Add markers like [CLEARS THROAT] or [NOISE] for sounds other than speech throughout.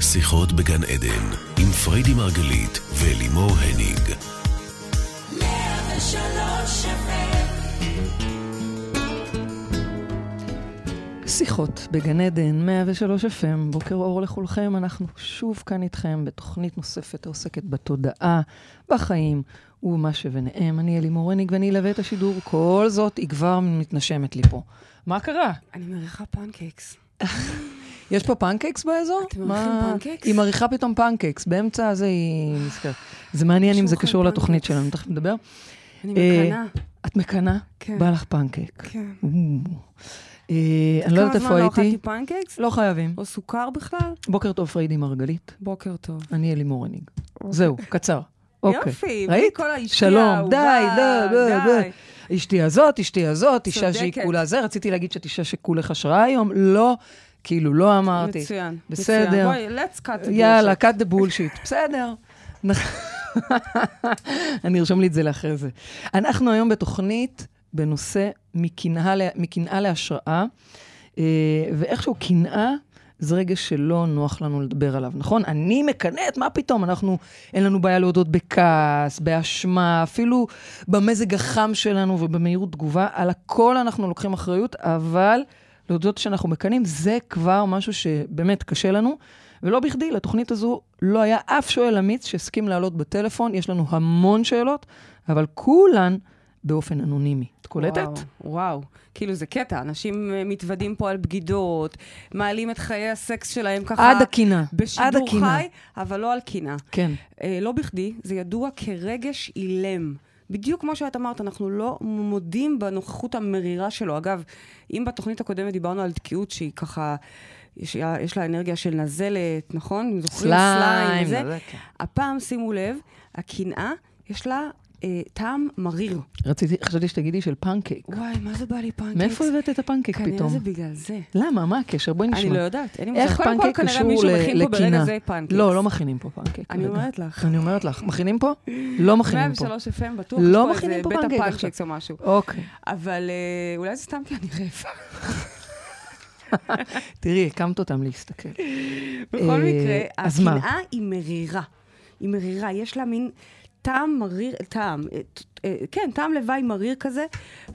שיחות בגן עדן, עם פרידי מרגלית ולימור הניג. 103 FM, שיחות בגן עדן, 103 FM, בוקר אור לכולכם, אנחנו שוב כאן איתכם בתוכנית נוספת העוסקת בתודעה, בחיים ומה שביניהם. אני אלי מורניק ואני אלווה את השידור, כל זאת היא כבר מתנשמת לי פה. מה קרה? אני מריחה פנקייקס. יש פה פנקייקס באזור? אתם מריחים מה- פנקייקס? היא מריחה פתאום פנקייקס, באמצע הזה היא נזכרת. זה מעניין אם זה שולחן קשור לתוכנית פנקייקס. שלנו, תכף נדבר. אני אה, מקנאה. את מקנאה? כן. בא לך פנקייק. כן. או. אה, אני לא יודעת איפה כמה זמן לא הייתי. אכלתי פנקייקס? לא חייבים. או סוכר בכלל? בוקר טוב, פריידי מרגלית. בוקר טוב. אני אלימור הניג. זהו, קצר. אוקיי. יופי, בלי ראית? כל האישי שלום, די, לא, האהובה, לא, לא. די. אשתי הזאת, אשתי הזאת, אישה צודקת. שהיא כולה זה. רציתי להגיד שאת אישה שכולך השראה היום. לא, כאילו, לא אמרתי. מצוין. בסדר. מצוין. בואי, let's cut the יאללה, bullshit. cut the bullshit. בסדר. [LAUGHS] [LAUGHS] אני ארשום לי את זה לאחרי זה. אנחנו היום בתוכנית בנושא מקנאה לה- מקנאה להשראה, אה, ואיכשהו קנאה זה רגע שלא נוח לנו לדבר עליו, נכון? אני מקנאת, מה פתאום? אנחנו, אין לנו בעיה להודות בכעס, באשמה, אפילו במזג החם שלנו ובמהירות תגובה, על הכל אנחנו לוקחים אחריות, אבל להודות שאנחנו מקנאים, זה כבר משהו שבאמת קשה לנו. ולא בכדי, לתוכנית הזו לא היה אף שואל אמיץ שהסכים לעלות בטלפון. יש לנו המון שאלות, אבל כולן באופן אנונימי. את קולטת? וואו, וואו, כאילו זה קטע, אנשים אה, מתוודים פה על בגידות, מעלים את חיי הסקס שלהם ככה... עד הקינה. עד בשידור הקינה. חי, אבל לא על קינה. כן. אה, לא בכדי, זה ידוע כרגש אילם. בדיוק כמו שאת אמרת, אנחנו לא מודים בנוכחות המרירה שלו. אגב, אם בתוכנית הקודמת דיברנו על תקיעות שהיא ככה, יש, יש לה אנרגיה של נזלת, נכון? זוכרים? סליים. וזה. זה, כן. הפעם, שימו לב, הקנאה, יש לה אה, טעם מריר. רציתי, חשבתי שתגידי של פנקייק. וואי, מה זה בא לי פנקקס? מאיפה הבאת את הפנקייק כנראה פתאום? זה בגלל זה. למה? מה הקשר? בואי נשמע. אני לא יודעת, אין לי מושג. איך קודם כל, פנקייק כנראה קשור מישהו ל- מכין פה ברגע לקינה? זה פנקקס. לא, לא מכינים פה פנקייק. אני רגע. אומרת לך. אני אומרת לך. מכינים פה? לא מכינים פה. 103 FM בטוח, לא יש פה מכינים איזה פה בית פנקייק הפנקקס או משהו. אוקיי. אבל אה, אולי זה סתם כי אני רעבה. תראי, הקמת אותם להסתכל. בכל מקרה, אה, אז מה? הקנאה היא מרירה. היא מרירה, יש לה מין טעם מריר, טעם, אה, ט- אה, כן, טעם לוואי מריר כזה.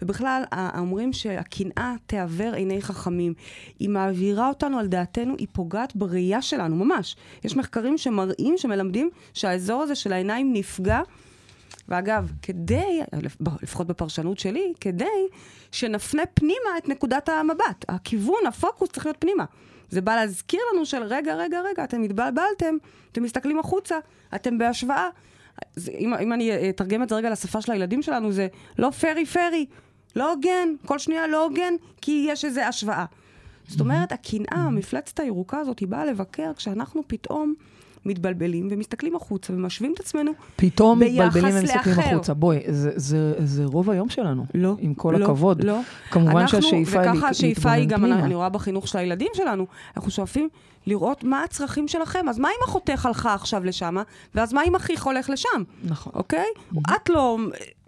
ובכלל, ה- אומרים שהקנאה תעוור עיני חכמים. היא מעבירה אותנו על דעתנו, היא פוגעת בראייה שלנו, ממש. יש מחקרים שמראים, שמלמדים, שהאזור הזה של העיניים נפגע. ואגב, כדי, לפחות בפרשנות שלי, כדי שנפנה פנימה את נקודת המבט. הכיוון, הפוקוס צריך להיות פנימה. זה בא להזכיר לנו של רגע, רגע, רגע, אתם התבלבלתם, אתם מסתכלים החוצה, אתם בהשוואה. זה, אם, אם אני אה, אתרגם את זה רגע לשפה של הילדים שלנו, זה לא פרי פרי, לא הוגן, כל שנייה לא הוגן, כי יש איזו השוואה. זאת אומרת, הקנאה, המפלצת הירוקה הזאת, היא באה לבקר כשאנחנו פתאום מתבלבלים ומסתכלים החוצה ומשווים את עצמנו פתאום ביחס מתבלבלים ומסתכלים לאחר. החוצה. בואי, זה, זה, זה רוב היום שלנו. לא. עם כל לא, הכבוד. לא. כמובן אנחנו- שהשאיפה היא וככה להת- השאיפה היא להתבונן גם, פנימה. אני רואה בחינוך של הילדים שלנו, אנחנו שואפים לראות מה הצרכים שלכם. אז מה אם אחותך הלכה עכשיו לשם, ואז מה אם אחיך הולך לשם, נכון. אוקיי? את לא...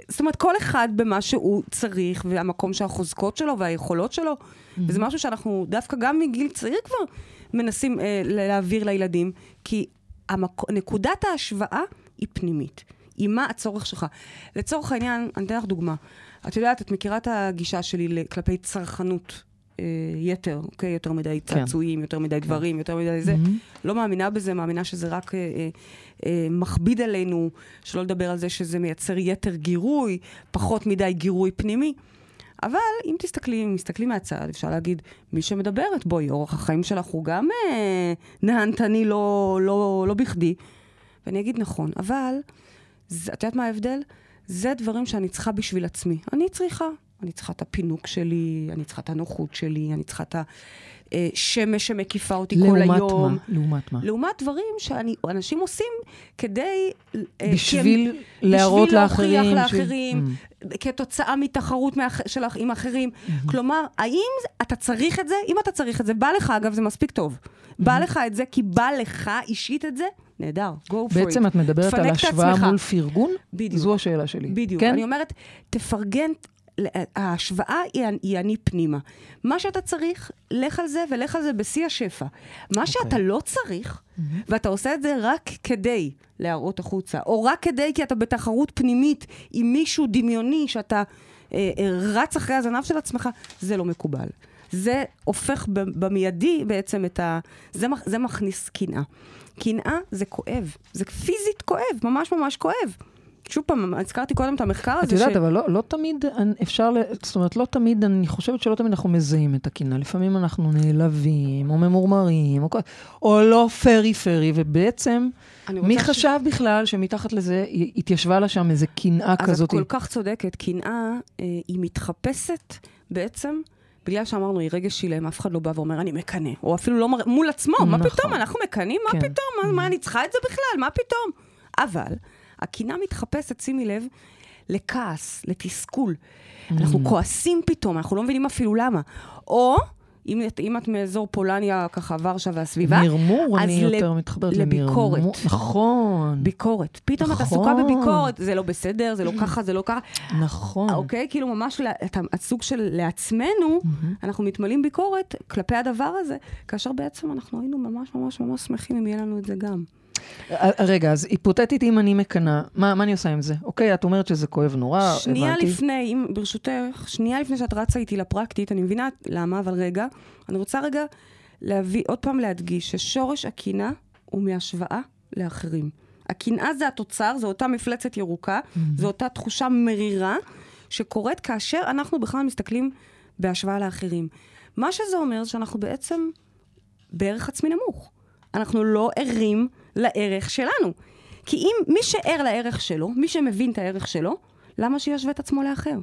זאת אומרת, כל אחד במה שהוא צריך, והמקום שהחוזקות שלו והיכולות שלו, וזה משהו שאנחנו דווקא גם מגיל צעיר כבר מנסים אה, ל- להעביר לילדים, כי המק... נקודת ההשוואה היא פנימית. היא מה הצורך שלך. לצורך העניין, אני אתן לך דוגמה. את יודעת, את מכירה את הגישה שלי ל- כלפי צרכנות אה, יתר, אוקיי? יותר מדי צעצועים, יותר מדי דברים, יותר מדי זה. לא מאמינה בזה, מאמינה שזה רק אה, אה, אה, מכביד עלינו, שלא לדבר על זה שזה מייצר יתר גירוי, פחות מדי גירוי פנימי. אבל אם תסתכלי, אם מסתכלים מהצד, אפשר להגיד, מי שמדברת, בואי, אורח החיים שלך הוא גם אה, נהנתני, לא, לא, לא בכדי. ואני אגיד נכון, אבל, זה, את יודעת מה ההבדל? זה דברים שאני צריכה בשביל עצמי. אני צריכה. אני צריכה את הפינוק שלי, אני צריכה את הנוחות שלי, אני צריכה את השמש שמקיפה אותי כל היום. לעומת מה? לעומת מה? לעומת דברים שאנשים עושים כדי... אה, כי בשביל הם- להראות לאחרים בשביל ש- להוכיח לאחרים, כתוצאה מתחרות מאח- שלך עם אחרים. כלומר, האם זה- אתה צריך את זה? אם אתה צריך את זה, בא לך, אגב, זה מספיק טוב. בא לך את זה כי בא לך אישית את זה? נהדר, go for it. בעצם את מדברת תפנק על את השוואה עצמך. מול פרגון? בדיוק. זו השאלה שלי. בדיוק. כן? אני אומרת, תפרגן ל- ההשוואה היא, אנ- היא אני פנימה. מה שאתה צריך, לך על זה ולך על זה בשיא השפע. אוקיי. מה okay. שאתה לא צריך, mm-hmm. ואתה עושה את זה רק כדי להראות החוצה, או רק כדי כי אתה בתחרות פנימית עם מישהו דמיוני שאתה אה, אה, רץ אחרי הזנב של עצמך, זה לא מקובל. זה הופך ב- במיידי בעצם את ה... זה, מח- זה מכניס קנאה. קנאה זה כואב, זה פיזית כואב, ממש ממש כואב. שוב פעם, הזכרתי קודם את המחקר את הזה. יודעת, אבל לא, לא תמיד אני- אפשר, ל- זאת אומרת, לא תמיד, אני חושבת שלא תמיד אנחנו מזהים את הקנאה. לפעמים אנחנו נעלבים, או ממורמרים, או, כל- או לא פרי פרי, ובעצם, אני רוצה מי ש- חשב בכלל שמתחת לזה י- התיישבה לה שם איזה קנאה אז כזאת? את כל כך צודקת, קנאה אה, היא מתחפשת בעצם, בגלל שאמרנו, היא רגש שלהם, אף אחד לא בא ואומר, אני מקנא, או אפילו לא מר... מול עצמו, מה נכון. פתאום, אנחנו מקנאים? מה כן. פתאום? מה, מה, אני צריכה את זה בכלל? מה פתאום? אבל, הקנאה מתחפשת, שימי לב, לכעס, לתסכול. Mm. אנחנו כועסים פתאום, אנחנו לא מבינים אפילו למה. או... אם את, אם את מאזור פולניה, ככה ורשה והסביבה, מרמור, אז אני לב- יותר מתחברת לביקורת. למרמור. נכון, ביקורת. פתאום נכון. את עסוקה בביקורת, זה לא בסדר, [CLEARS THROAT] זה לא ככה, זה לא ככה. נכון. אוקיי? כאילו ממש לה- את הסוג של לעצמנו, אנחנו מתמלאים ביקורת כלפי הדבר הזה, כאשר בעצם אנחנו היינו ממש ממש ממש שמחים אם יהיה לנו את זה גם. א- אה, רגע, אז היפותטית, אם אני מקנאה, מה מה אני עושה עם זה? אוקיי, את אומרת שזה כואב נורא, הבנתי. שנייה לפני, אם ברשותך, שנייה לפני שאת רצה איתי לפרקטית, אני מבינה למה, אבל רגע, אני רוצה רגע להביא, עוד פעם להדגיש, ששורש הקנאה הוא מהשוואה לאחרים. הקנאה זה התוצר, זו אותה מפלצת ירוקה, זו אותה תחושה מרירה שקורית כאשר אנחנו בכלל מסתכלים בהשוואה לאחרים. מה שזה אומר, שאנחנו בעצם בערך עצמי נמוך. אנחנו לא ערים לערך שלנו. כי אם מי שער לערך שלו, מי שמבין את הערך שלו, למה שישווה את עצמו לאחר?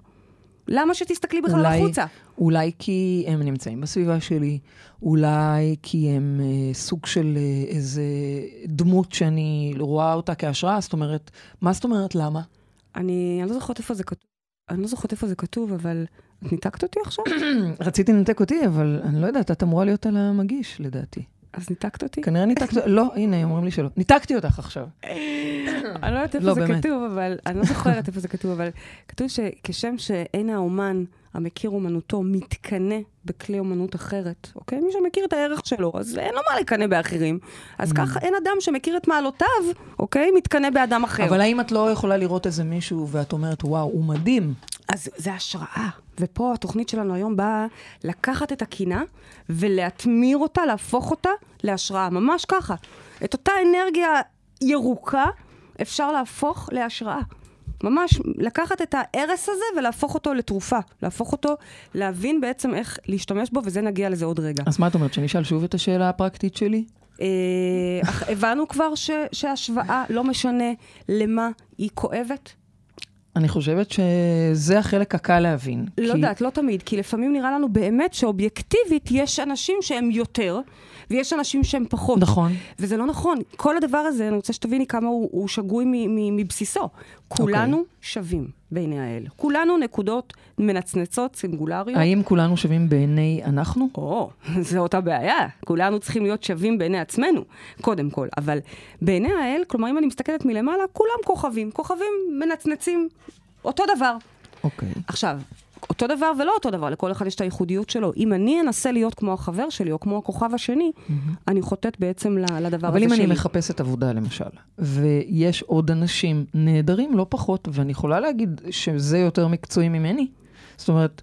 למה שתסתכלי בכלל אולי- החוצה? אולי כי הם נמצאים בסביבה שלי, אולי כי הם אה, סוג של אה, איזה דמות שאני רואה אותה כהשראה, זאת אומרת, מה זאת אומרת למה? אני, אני לא זוכרת איפה זה כתוב, אני לא זוכרת איפה זה כתוב, אבל את ניתקת אותי עכשיו? רציתי לנתק אותי, אבל אני לא יודעת, את אמורה להיות על המגיש, לדעתי. אז ניתקת אותי? כנראה ניתקת, לא, הנה, אומרים לי שלא. ניתקתי אותך עכשיו. אני לא יודעת איפה לא, זה באמת. כתוב, אבל אני לא זוכרת איפה זה כתוב, אבל כתוב שכשם שאין האומן המכיר אומנותו מתקנא בכלי אומנות אחרת, אוקיי? מי שמכיר את הערך שלו, אז אין לו מה לקנא באחרים. Mm. אז ככה אין אדם שמכיר את מעלותיו, אוקיי? מתקנא באדם אחר. אבל האם את לא יכולה לראות איזה מישהו ואת אומרת, וואו, הוא מדהים? אז זה השראה. ופה התוכנית שלנו היום באה לקחת את הקינה ולהתמיר אותה, להפוך אותה להשראה, ממש ככה. את אותה אנרגיה ירוקה אפשר להפוך להשראה. ממש לקחת את ההרס הזה ולהפוך אותו לתרופה. להפוך אותו, להבין בעצם איך להשתמש בו, וזה נגיע לזה עוד רגע. אז מה את אומרת, שנשאל שוב את השאלה הפרקטית שלי? אה, אך הבנו כבר ש- שההשוואה, לא משנה למה, היא כואבת, אני חושבת שזה החלק הקל להבין. לא כי- יודעת, לא תמיד, כי לפעמים נראה לנו באמת שאובייקטיבית יש אנשים שהם יותר, ויש אנשים שהם פחות. נכון. וזה לא נכון. כל הדבר הזה, אני רוצה שתביני כמה הוא, הוא שגוי מ, מ, מבסיסו. כולנו אוקיי. שווים בעיני האל. כולנו נקודות מנצנצות, סינגולריות. האם כולנו שווים בעיני אנחנו? או, [LAUGHS] זו אותה בעיה. כולנו צריכים להיות שווים בעיני עצמנו, קודם כל. אבל בעיני האל, כלומר, אם אני מסתכלת מלמעלה, כולם כוכבים. כוכבים מנצנצים אותו דבר. אוקיי. עכשיו, אותו דבר ולא אותו דבר, לכל אחד יש את הייחודיות שלו. אם אני אנסה להיות כמו החבר שלי, או כמו הכוכב השני, אני חוטאת בעצם ל- לדבר אבל הזה אם שלי. אני מחפשת עבודה, למשל, ויש עוד אנשים נהדרים, לא פחות, ואני יכולה להגיד שזה יותר מקצועי ממני. זאת אומרת,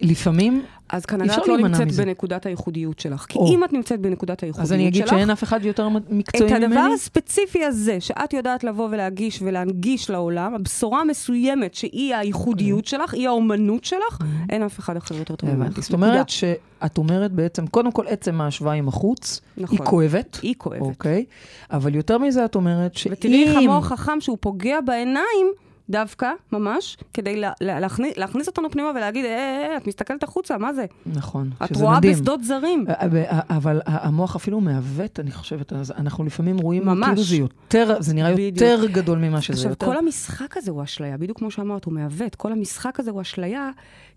לפעמים, אז אי כנראה אפשר את לא להימנע נמצאת מזה. בנקודת הייחודיות שלך. כי או. אם את נמצאת בנקודת הייחודיות אז שלך... אני אגיד שאין אף אחד יותר מקצועי את ממני. הדבר הספציפי הזה, שאת יודעת לבוא ולהגיש ולהנגיש לעולם, הבשורה המסוימת שהיא הייחודיות שלך, היא האומנות שלך, אין אף אחד אחר יותר טוב ממך. אוקיי. הבנתי. זאת נקודה. אומרת שאת אומרת בעצם, קודם כל, עצם ההשוואה עם החוץ, נכון. היא כואבת. היא כואבת. אוקיי? אבל יותר מזה את אומרת שאם... ותראי איך המוח חכם שהוא פוגע בעיניים דווקא, ממש, כדי לה, לה, להכניס, להכניס אותנו פנימה ולהגיד, אה, אה, אה, את מסתכלת החוצה, מה זה? נכון, את שזה רואה מדהים. אה, בשדות זרים. אבל המוח אפילו מעוות, אני חושבת, אז אנחנו לפעמים רואים, ממש. כאילו זה יותר, זה נראה בדיוק. יותר גדול ממה שזה עכשיו, יותר. כל המשחק הזה הוא אשליה, בדיוק כמו שאמרת, הוא מעוות. כל המשחק הזה הוא אשליה,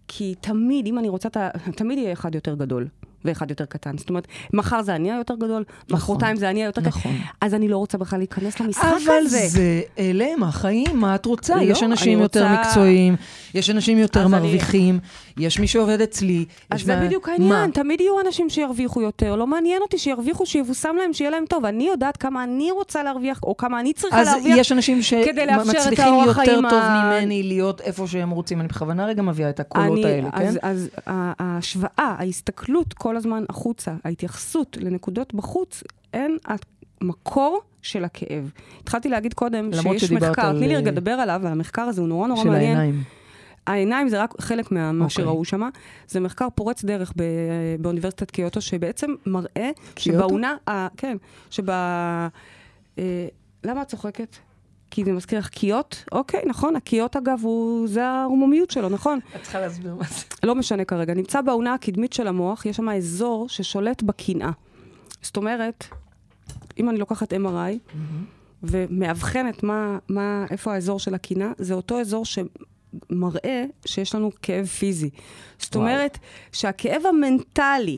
כי תמיד, אם אני רוצה, ת- תמיד יהיה אחד יותר גדול. ואחד יותר קטן. זאת אומרת, מחר זה אני היותר גדול, מחרתיים זה אני היותר נכון. קטן. אז אני לא רוצה בכלל להיכנס למשחק אבל הזה. זה, אלה הם החיים, מה את רוצה? לא, יש אנשים אני יותר רוצה- מקצועיים, יש אנשים יותר אז אני- מרוויחים, יש מי שעובד אצלי. אז יש זה מה- בדיוק מה? העניין, תמיד יהיו אנשים שירוויחו יותר, לא מעניין אותי שירוויחו, שיבושם להם, שיהיה להם טוב. אני יודעת כמה אני רוצה להרוויח, או כמה אני צריכה אז להרוויח. יש אנשים כדי לאפשר את שמצליחים האורח יותר חיים ה- טוב ממני להיות איפה שהם רוצים. אני בכוונה רגע מביאה את הקולות האלה, כן? אז, אה, אז ה- ההשוואה, ההסתכלות כל הזמן החוצה, ההתייחסות לנקודות בחוץ, הן המקור של הכאב. התחלתי להגיד קודם למרות שיש שדיברת מחקר, על- אה, תני לי רגע לדבר עליו, על המחקר הזה, הוא נורא נורא של מעניין. העיניים. העיניים זה רק חלק אוקיי. ממה okay. שראו שם. זה מחקר פורץ דרך ב- באוניברסיטת קיוטו, שבעצם מראה קיוטו? שבעונה, ה- כן, שב... אה, למה את צוחקת? כי זה מזכיר לך קיוט? אוקיי, נכון, הקיוט אגב, הוא, זה הרוממיות שלו, נכון? את צריכה להסביר מה זה. לא משנה כרגע. נמצא בעונה הקדמית של המוח, יש שם אזור ששולט בקנאה. זאת אומרת, אם אני לוקחת MRI ומאבחנת מה, מה, איפה האזור של הקנאה, זה אותו אזור שמראה שיש לנו כאב פיזי. זאת וואו. אומרת שהכאב המנטלי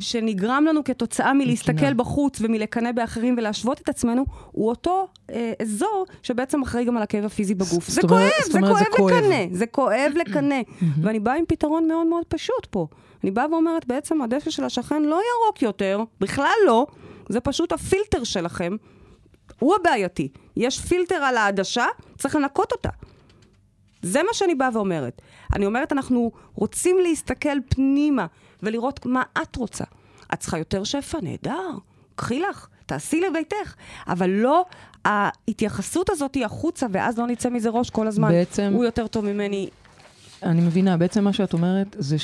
שנגרם לנו כתוצאה מלהסתכל בחוץ ומלקנא באחרים ולהשוות את עצמנו, הוא אותו אה, אזור שבעצם אחראי גם על הכאב הפיזי בגוף. זאת זה כואב, אומרת- זאת זה אומרת, כואב זה כואב. לקנא. זה כואב לקנא. ואני באה עם פתרון מאוד מאוד פשוט פה. אני באה ואומרת, בעצם הדשא של השכן לא ירוק יותר, בכלל לא, זה פשוט הפילטר שלכם. הוא הבעייתי. יש פילטר על העדשה, צריך לנקות אותה. זה מה שאני באה ואומרת. אני אומרת, אנחנו רוצים להסתכל פנימה ולראות מה את רוצה. את צריכה יותר שפע, נהדר, קחי לך, תעשי לביתך. אבל לא, ההתייחסות הזאת היא החוצה, ואז לא נצא מזה ראש כל הזמן. בעצם- הוא יותר טוב ממני. אני מבינה, בעצם מה שאת אומרת זה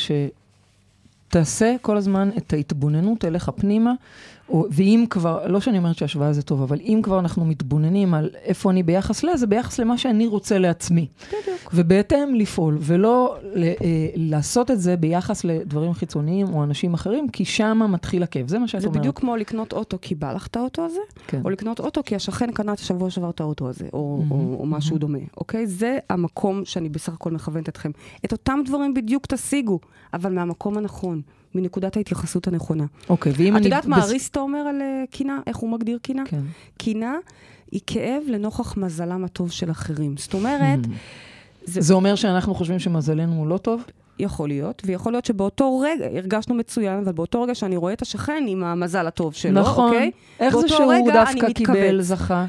שתעשה כל הזמן את ההתבוננות אליך פנימה, או, ואם כבר, לא שאני אומרת שהשוואה זה טוב, אבל אם כבר אנחנו מתבוננים על איפה אני ביחס ל, זה ביחס למה שאני רוצה לעצמי. בדיוק. ובהתאם לפעול, ולא ל, אה, לעשות את זה ביחס לדברים חיצוניים או אנשים אחרים, כי שם מתחיל הכאב. זה מה שאת זה אומרת. בדיוק כמו לקנות אוטו כי בא לך את האוטו הזה, כן. או לקנות אוטו כי השכן קנה את השבוע שעבר את האוטו הזה, או, או, או משהו דומה, אוקיי? זה המקום שאני בסך הכל מכוונת אתכם. את אותם דברים בדיוק תשיגו, אבל מהמקום הנכון, מנקודת ההתייחסות הנכונה. אוקיי, ואם אני... את יודעת מה בס- אריסטו אומר על אה, קינה? איך הוא מגדיר קינה? כן. קינה היא כאב לנוכח מזלם הטוב של אחרים. זאת אומרת, זה- זה אומר שאנחנו חושבים שמזלנו הוא לא טוב? יכול להיות, ויכול להיות שבאותו רגע הרגשנו מצוין, אבל באותו רגע שאני רואה את השכן עם המזל הטוב שלו, נכון. אוקיי? איך זה באותו שהוא רגע אני דווקא קיבל, מתכווץ. זכה?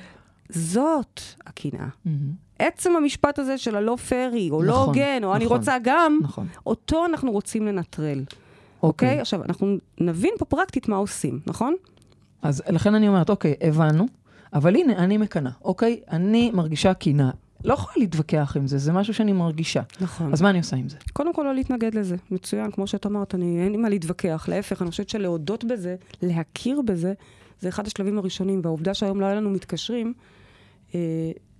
זאת הקנאה. עצם המשפט הזה של הלא פרי, או לא נכון, הוגן, או אני נכון, רוצה גם, נכון. אותו אנחנו רוצים לנטרל, אוקיי? אוקיי. עכשיו, אנחנו נבין פה פרקטית מה עושים, נכון? אז לכן אני אומרת, אוקיי, הבנו, אבל הנה, אני מקנאה, אוקיי? אני מרגישה קינה. לא יכולה להתווכח עם זה, זה משהו שאני מרגישה. נכון. אז מה אני עושה עם זה? קודם כל לא להתנגד לזה, מצוין, כמו שאת אמרת, אני, אין לי מה להתווכח, להפך, אני חושבת שלהודות בזה, להכיר בזה, זה אחד השלבים הראשונים, והעובדה שהיום לא היה לנו מתקשרים, אה,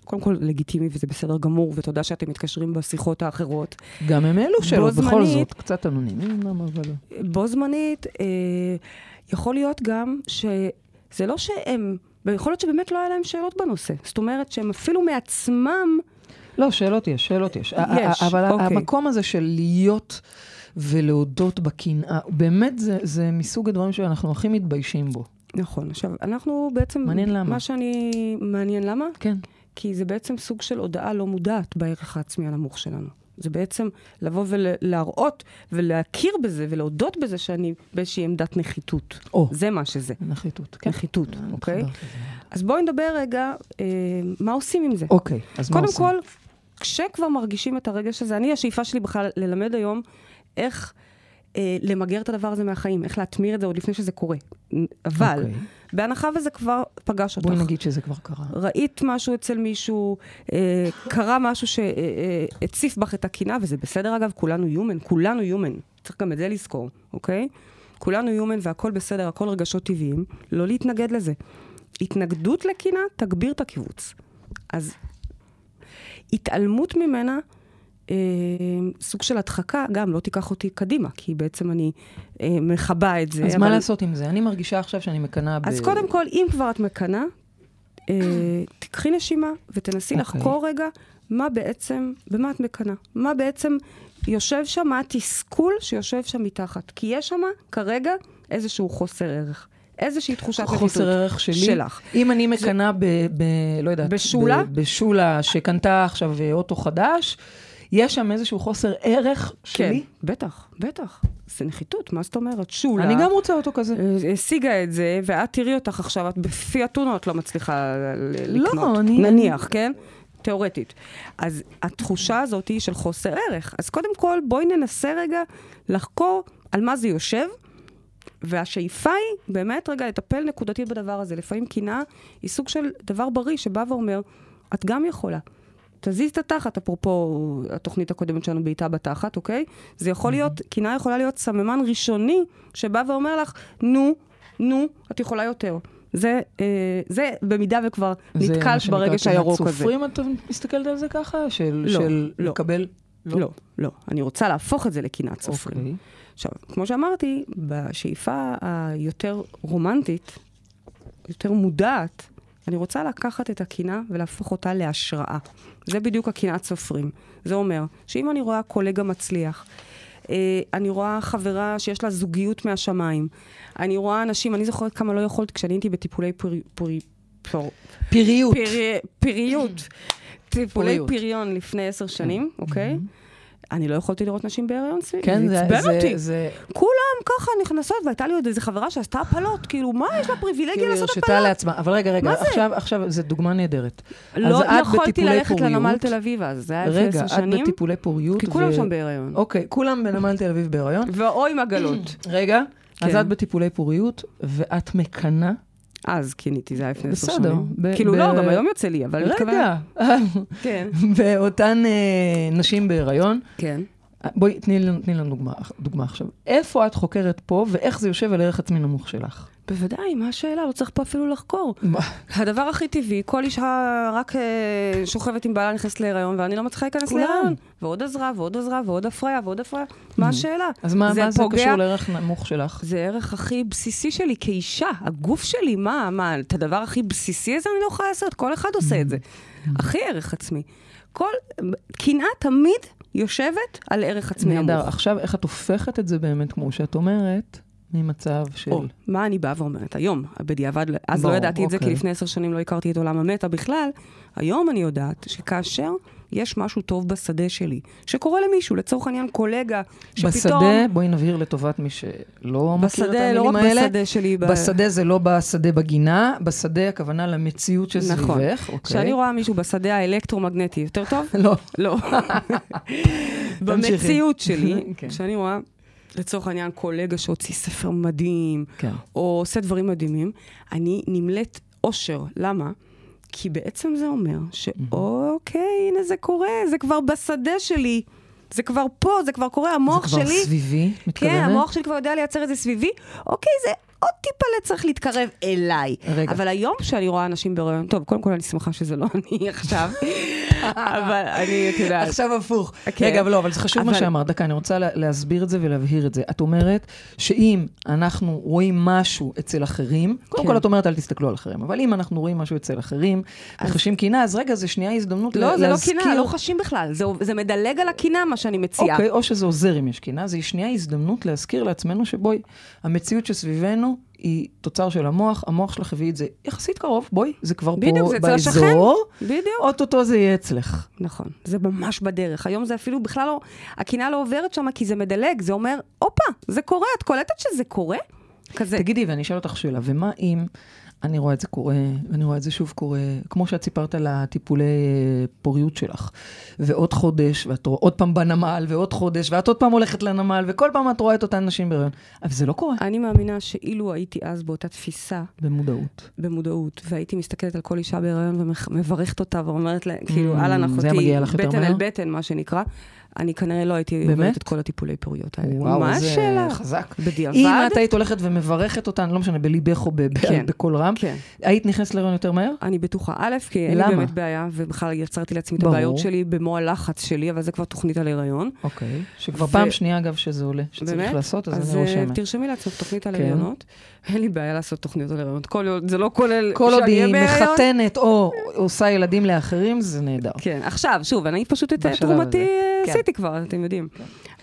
קודם כל לגיטימי וזה בסדר גמור, ותודה שאתם מתקשרים בשיחות האחרות. גם הם אלו שלא, בכל זמנית- זאת, קצת אנונימיים, למה אבל... בו זמנית, אה, יכול להיות גם שזה לא שהם, ויכול להיות שבאמת לא היה להם שאלות בנושא, זאת אומרת שהם אפילו מעצמם, לא, שאלות יש, שאלות יש. ה- ה- יש, אבל ה- אוקיי. המקום הזה של להיות ולהודות בקנאה, באמת זה- זה מסוג הדברים שאנחנו הכי מתביישים בו. נכון, עכשיו, אנחנו בעצם, מעניין למה. מה שאני, מעניין למה? כן. כי זה בעצם סוג של הודעה לא מודעת בערך העצמי הנמוך שלנו. זה בעצם לבוא ולהראות ולהכיר בזה ולהודות בזה שאני באיזושהי עמדת נחיתות. או. זה מה שזה, נחיתות, כן. נחיתות, אני אוקיי? מתחברת לזה. אז בואי נדבר רגע, אה, מה עושים עם זה? אוקיי, אז מה קודם עושים? כל, כשכבר מרגישים את הרגש הזה, אני, השאיפה שלי בכלל ללמד היום איך אה, למגר את הדבר הזה מהחיים, איך להטמיר את זה עוד לפני שזה קורה. אבל, אוקיי. בהנחה וזה כבר פגש אותך. בואי נגיד שזה כבר קרה. ראית משהו אצל מישהו, אה, קרה משהו שהציף בך את הקנאה, וזה בסדר אגב, כולנו יומן, כולנו יומן. צריך גם את זה לזכור, אוקיי? כולנו יומן והכל בסדר, הכל רגשות טבעיים, לא להתנגד לזה. התנגדות לקנאה תגביר את הקיבוץ. אז התעלמות ממנה, אה, סוג של הדחקה, גם לא תיקח אותי קדימה, כי בעצם אני אה, מכבה את זה. אז מה אבל- לעשות עם זה? אני מרגישה עכשיו שאני מקנאה ב... אז קודם כל, אם כבר את מקנאה, אה, תקחי נשימה ותנסי אוקיי. לחקור רגע מה בעצם, במה את מקנאה? מה בעצם יושב שם, מה התסכול שיושב שם מתחת? כי יש שם כרגע איזשהו חוסר ערך. איזושהי תחושת נחיתות. חוסר ערך שלי. שלך. אם אני מקנאה ב... ב... לא יודעת. בשולה? ב- בשולה, שקנתה עכשיו אה, אוטו חדש, יש שם איזשהו חוסר ערך שלי. כן, בטח, בטח. זה נחיתות, מה זאת אומרת? שולה. אני גם רוצה אוטו כזה. אה, השיגה את זה, ואת תראי אותך עכשיו, את בפי אתונות לא מצליחה ל- לא, לקנות. אני- נניח, כן? תיאורטית. אז התחושה הזאת היא של חוסר ערך. אז קודם כל, בואי ננסה רגע לחקור על מה זה יושב, והשאיפה היא באמת רגע לטפל נקודתית בדבר הזה. לפעמים קנאה היא סוג של דבר בריא שבא ואומר, את גם יכולה. תזיז את התחת, אפרופו התוכנית הקודמת שלנו בעיטה בתחת, אוקיי? זה יכול להיות, קנאה יכולה להיות סממן ראשוני שבא ואומר לך, נו, נו, את יכולה יותר. זה, אה, זה במידה וכבר זה מה נתקלת שנקרא ברגש קנאת הירוק הזה. סופרים, את מסתכלת על זה ככה? של, לא, של לא. לקבל... לא. לא, לא. אני רוצה להפוך את זה לקנאת סופרים. אוקיי. עכשיו, כמו שאמרתי, בשאיפה היותר רומנטית, יותר מודעת, אני רוצה לקחת את הקינה ולהפוך אותה להשראה. זה בדיוק הקנאת סופרים. זה אומר שאם אני רואה קולגה מצליח, אה, אני רואה חברה שיש לה זוגיות מהשמיים, אני רואה אנשים, אני זוכרת כמה לא יכולת כשאני הייתי בטיפולי פרי... פרי פור- פריות. פרי- פריות. טיפולי פוריות. Mm-hmm. פריון לפני עשר שנים, אוקיי? אני לא יכולתי לראות נשים בהיריון סביבי, כן, זה זה... עצבן זה- אותי. זה... כולם ככה נכנסות, והייתה לי עוד איזה חברה שעשתה הפלות, כאילו, מה, יש לה פריבילגיה כאילו לעשות הרשתה הפלות? לעצמה. אבל רגע, רגע, מה זה? עכשיו, עכשיו, זו דוגמה נהדרת. לא אז את יכולתי בטיפולי ללכת פוריות. לנמל תל אביב אז, זה היה לפני רגע, עשר שנים, את בטיפולי פוריות. כי כולם שם בהיריון. אוקיי, כולם בנמל תל אביב בהיריון. ואוי עם עגלות. [CLEARS THROAT] רגע, אז כן. את בטיפולי פוריות, ואת מקנאה. אז כיניתי, זה היה לפני עשר בסדר, שנים. ב- כאילו, ב- לא, גם היום יוצא לי, אבל אני מתכוונת- רגע, [LAUGHS] כן. באותן אה, נשים בהיריון. אה, כן. בואי, תני לנו- תני לנו דוגמה- דוגמה עכשיו. איפה את חוקרת פה, ואיך זה יושב על ערך עצמי נמוך [LAUGHS] שלך? בוודאי, מה השאלה? לא צריך פה אפילו לחקור. מה? הדבר הכי טבעי, כל אישה רק אה, שוכבת עם בעלה נכנסת להיריון, ואני לא מצליחה להיכנס כולם. להיריון. ועוד עזרה, ועוד עזרה, ועוד הפריה, ועוד הפריה. מה השאלה? Mm. אז מה מה זה פוגע- קשור לערך נמוך שלך? זה הערך הכי בסיסי שלי כאישה. הגוף שלי, מה, מה, את הדבר הכי בסיסי הזה אני לא יכולה לעשות? כל אחד עושה Mm. את זה. הכי ערך עצמי. כל, קנאה תמיד יושבת על ערך עצמי נהדר. נמוך. עכשיו, איך את הופכת את זה באמת, כמו שאת אומרת, ממצב של... או, מה אני באה ואומרת היום, בדיעבד, אז ברור, לא ידעתי את זה, כי אוקיי. לפני עשר שנים לא הכרתי את עולם המטה בכלל, היום אני יודעת שכאשר יש משהו טוב בשדה שלי, שקורה למישהו, לצורך העניין קולגה, שפתאום... בשדה, בואי נבהיר לטובת מי שלא מכיר את בשדה, לא המילים רק האלה. בשדה שלי, ב- בשדה זה לא בשדה בגינה, בשדה הכוונה למציאות שסביבך. נכון. אוקיי. כשאני רואה מישהו בשדה האלקטרומגנטי, יותר טוב? [LAUGHS] לא. לא. [LAUGHS] תמשיכי. במציאות שלי, [LAUGHS] כן. כשאני רואה, לצורך העניין, קולגה שהוציא ספר מדהים, כן. או עושה דברים מדהימים, אני נמלאת אושר. למה? כי בעצם זה אומר שאוקיי, הנה זה קורה, זה כבר בשדה שלי. זה כבר פה, זה כבר קורה, המוח זה כבר שלי... סביבי, מתכוונת? כן, המוח שלי כבר יודע לייצר את זה סביבי, אוקיי, זה עוד טיפה צריך להתקרב אליי. רגע. אבל היום כשאני רואה אנשים בהיריון, טוב, קודם כל אני שמחה שזה לא אני [LAUGHS] עכשיו, אבל אני, את יודעת, עכשיו הפוך. כן. רגע, אבל לא, אבל זה חשוב מה אבל- שאמרת. דקה, אני רוצה לה- להסביר את זה ולהבהיר את זה. את אומרת שאם אנחנו רואים משהו אצל אחרים, קודם כן. כל את אומרת אל תסתכלו על אחרים, אבל אם אנחנו רואים משהו אצל אחרים, וחשים קינה, אז רגע, זה שנייה הזדמנות לה- לא, זה לא להזכיר. קינה, לא חשים בכלל, זה- זה מדלג על הקינה מה שאני מציעה. אוקיי, או שזה עוזר אם יש קינה, זו שנייה הזדמנות להזכיר לעצמנו שבואי, המציאות שסביבנו היא תוצר של המוח, המוח שלך הביא את זה יחסית קרוב, בואי, זה כבר בדיוק, פה זה אצל השכן. באזור, בדיוק. אוטוטו זה יהיה אצלך. נכון, זה ממש בדרך. היום זה אפילו בכלל לא, הקנאה לא עוברת שם כי זה מדלג, זה אומר, הופה, זה קורה, את קולטת שזה קורה? כזה. תגידי, ואני אשאל אותך שאלה, ומה אם אני רואה את זה קורה, ואני רואה את זה שוב קורה, כמו שאת סיפרת על הטיפולי אה, פוריות שלך, ועוד חודש, ואת רואה עוד פעם בנמל, ועוד חודש, ואת עוד פעם הולכת לנמל, וכל פעם את רואה את אותן נשים בהריון, אבל זה לא קורה אני מאמינה שאילו הייתי אז באותה תפיסה, במודעות. במודעות, והייתי מסתכלת על כל אישה בהיריון ומברכת אותה ואומרת לה, כאילו, אהלן Mm, זה אחותי, היה מגיע לך יותר בטן על מהר? בטן, מה שנקרא, אני כנראה לא הייתי באמת? עוברת את כל הטיפולי פוריות האלה. וואו, אה, מה זה השאלה? חזק. בדיעבד? אם את היית הולכת ומברכת אותן, לא משנה, בליבך או ב- כן. בקול רם, כן. היית נכנסת להריון יותר מהר? אני בטוחה, א', כי אין לי למה? באמת בעיה, ובכלל יצרתי לעצמי את ברור. הבעיות שלי במו הלחץ שלי, אבל זה כבר תוכנית על הריון. אוקיי. שכבר ו- פעם שנייה, אגב, שזה עולה, שצריך באמת? לעשות, אז אה, אני רושמת. תרשמי לעצמך תוכנית על כן. הריונות. אין לי בעיה לעשות תוכניות על הריונות. כל עוד, זה לא כולל כל עוד שאני אהיה היא בהריון. מחתנת או עושה ילדים לאחרים, זה נהדר. כן, עכשיו, שוב, אני פשוט את בשלב תרומתי הזה. אה, כן. עשיתי כבר, אתם יודעים.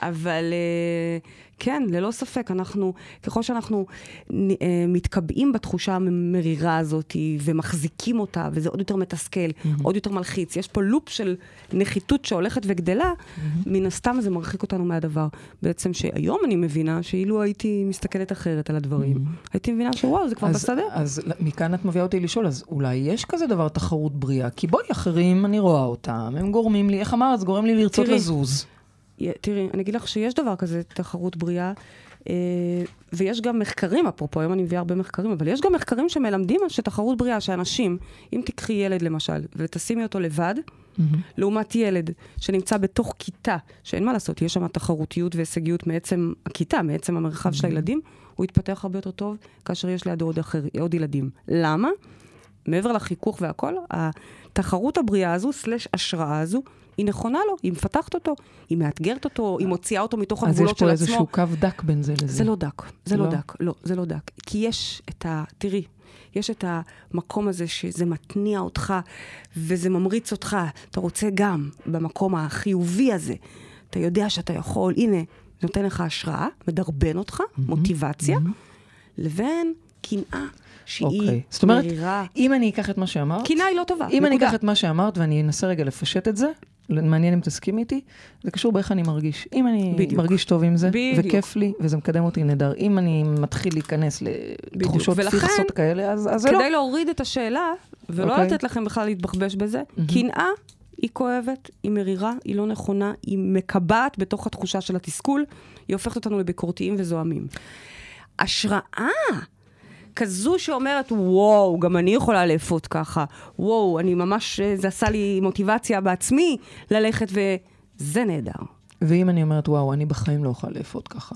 אבל אה, כן, ללא ספק, אנחנו, ככל שאנחנו נ- אה, מתקבעים בתחושה המרירה הזאת ומחזיקים אותה, וזה עוד יותר מתסכל, עוד יותר מלחיץ, יש פה לופ של נחיתות שהולכת וגדלה, מן הסתם זה מרחיק אותנו מהדבר. בעצם שהיום אני מבינה שאילו הייתי מסתכלת אחרת על הדברים, הייתי מבינה שוואו, זה כבר אז- בשדה. אז מכאן את מביאה אותי לשאול, אז אולי יש כזה דבר תחרות בריאה? כי בואי, אחרים, אני רואה אותם, הם גורמים לי, איך אמרת? זה גורם לי לרצות תראי, לזוז. יה- תראי, אני אגיד לך שיש דבר כזה, תחרות בריאה, אה, ויש גם מחקרים, אפרופו, היום אני מביאה הרבה מחקרים, אבל יש גם מחקרים שמלמדים שתחרות בריאה, שאנשים, אם תיקחי ילד למשל, ותשימי אותו לבד, לעומת ילד שנמצא בתוך כיתה, שאין מה לעשות, יש שם תחרותיות והישגיות מעצם הכיתה, מעצם המרחב של הילדים, הוא יתפתח הרבה יותר טוב כאשר יש לידו עוד, אחר, עוד ילדים. למה? מעבר לחיכוך והכל, התחרות הבריאה הזו, סלש השראה הזו, היא נכונה לו, היא מפתחת אותו, היא מאתגרת אותו, היא מוציאה אותו מתוך אז יש הגבולות של פה עצמו. איזשהו קו דק בין זה לזה. זה לא דק, זה לא? לא דק, לא, זה לא דק. כי יש את ה... תראי, יש את המקום הזה שזה מתניע אותך וזה ממריץ אותך. אתה רוצה גם במקום החיובי הזה. אתה יודע שאתה יכול, הנה, זה נותן לך השראה, מדרבן אותך, מוטיבציה, לבין קנאה אוקיי. שהיא זאת אומרת, מרירה. אם אני אקח את מה שאמרת... קנאה היא לא טובה, אם אני נקודה. אקח את מה שאמרת ואני אנסה רגע לפשט את זה, מעניין אם תסכימי איתי, זה קשור באיך אני מרגיש. אם אני בדיוק. מרגיש טוב עם זה, בדיוק. וכיף לי, וזה מקדם אותי נהדר. אם אני מתחיל להיכנס לתחושות ולכן- פכסות כאלה, אז אז זה לא. כדי להוריד את השאלה, ולא אוקיי. לתת לכם בכלל להתבחבש בזה, קנאה היא כואבת, היא מרירה, היא לא נכונה, היא מקבעת בתוך התחושה של התסכול, היא הופכת אותנו לביקורתיים וזוהמים. השראה! כזו שאומרת, וואו, גם אני יכולה לאפות ככה. וואו, אני ממש, אה, זה עשה לי מוטיבציה בעצמי ללכת ו... זה נהדר. ואם אני אומרת, וואו, אני בחיים לא אוכל לאפות ככה.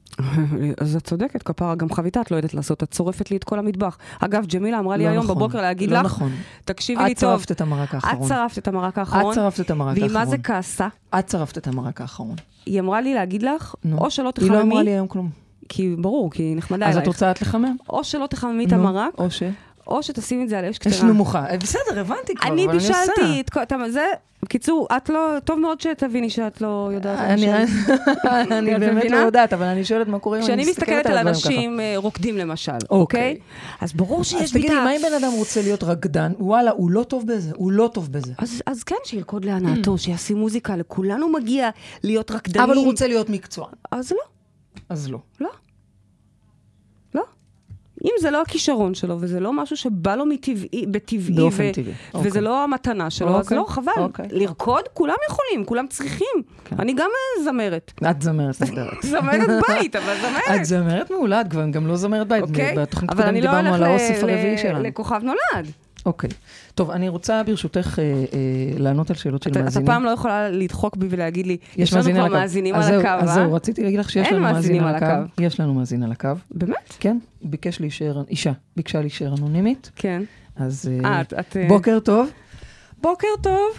[LAUGHS] אז את צודקת, כפרה, גם חביתה את לא יודעת לעשות, את צורפת לי את כל המטבח. אגב, ג'מילה אמרה לי לא היום נכון, בבוקר להגיד לא לך, נכון. תקשיבי לי את טוב. שרפת את המרק האחרון. את שרפת את המרק האחרון. את שרפת את המרק והיא מה האחרון. זה כעסה? את שרפת את המרק האחרון. היא אמרה לי להגיד לך, נו. או שלא היא לא אמרה לי תחממי, היום כלום. כי ברור, כי היא נחמדה אז את אלייך. רוצה את לחמם? או שלא תחממי את נו, המרק, או ש... או שתשימי את זה על אש קטנה. יש נמוכה. אה, בסדר, הבנתי כבר, אני אבל אני עושה. בישלתי את כל... אתה- זה... בקיצור, את לא... טוב מאוד שתביני שאת לא יודעת. אה, אני- לבשל. [LAUGHS] אני באמת את לא מבינה? יודעת, אבל אני שואלת מה קורה אם לא, אני כשאני מסתכלת על הדברים ככה. אנשים אה, רוקדים למשל, אוקיי. אוקיי? אז ברור שיש אז בי את תגידי, ה... מה אם בן אדם רוצה להיות רקדן? וואלה, הוא לא טוב בזה, הוא לא טוב בזה. אז, אז כן, שירקוד להנאתו, שיעשה מוזיקה, לכולנו מגיע להיות רקדנים. Mm. אבל הוא רוצה להיות מקצוען. אז לא, אז לא. לא. לא. אם זה לא הכישרון שלו, וזה לא משהו שבא לו מטבעי, בטבעי, באופן ו- טבעי, וזה אוקיי. לא המתנה שלו, אוקיי, אז לא, חבל. אוקיי. כן. לרקוד, כולם יכולים, כולם צריכים. אני גם אה, זמרת. [LAUGHS] את זמרת נהדרת. זמרת [LAUGHS] בית, אבל זמרת. את זמרת מעולה, את כבר גם לא זמרת בית. אוקיי? בתוכנית אבל הקודמת אני לא דיברנו אלך על ל- האוסף ל- הרביעי שלנו. לכוכב נולד. אוקיי. טוב, אני רוצה ברשותך אה, אה, לענות על שאלות של אתה- אתה מאזינים. פעם לא יכולה לדחוק בי ולהגיד לי, יש לנו מאזין כבר על הקו. מאזינים אז על זהו, הקו, אז זהו, אה? רציתי להגיד לך שיש אין לנו מאזין מאזינים על על הקו. יש לנו מאזין על הקו. באמת? כן, ביקש להישאר, אישה, ביקשה להישאר אנונימית. כן. אז אה, אה, את- את, אה, בוקר טוב. בוקר טוב.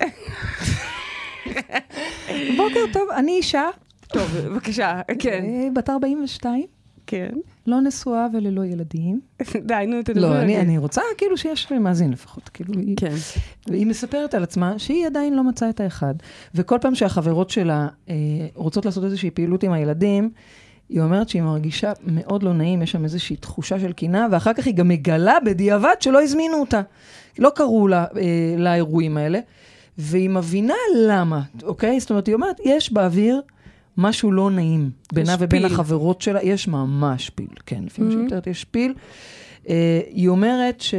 [LAUGHS] בוקר טוב, אני אישה, טוב, בבקשה, כן, אה, בת 42, כן. [LAUGHS] לא נשואה וללא ילדים. די, נו, תדברי. לא, אני, רגע. אני רוצה כאילו שיש לי מאזין לפחות, כאילו היא... כן. והיא מספרת על עצמה שהיא עדיין לא מצאה את האחד, וכל פעם שהחברות שלה אה, רוצות לעשות איזושהי פעילות עם הילדים, היא אומרת שהיא מרגישה מאוד לא נעים, יש שם איזושהי תחושה של קנאה, ואחר כך היא גם מגלה בדיעבד שלא הזמינו אותה. לא קראו לה, אה, לאירועים האלה, והיא מבינה למה, אוקיי? זאת אומרת, היא אומרת, יש באוויר משהו לא נעים. בינה יש ובין פיל. החברות שלה, יש ממש פיל, כן, לפי מה Mm-hmm. שהיא מתארת, יש פיל. אה, היא אומרת ש...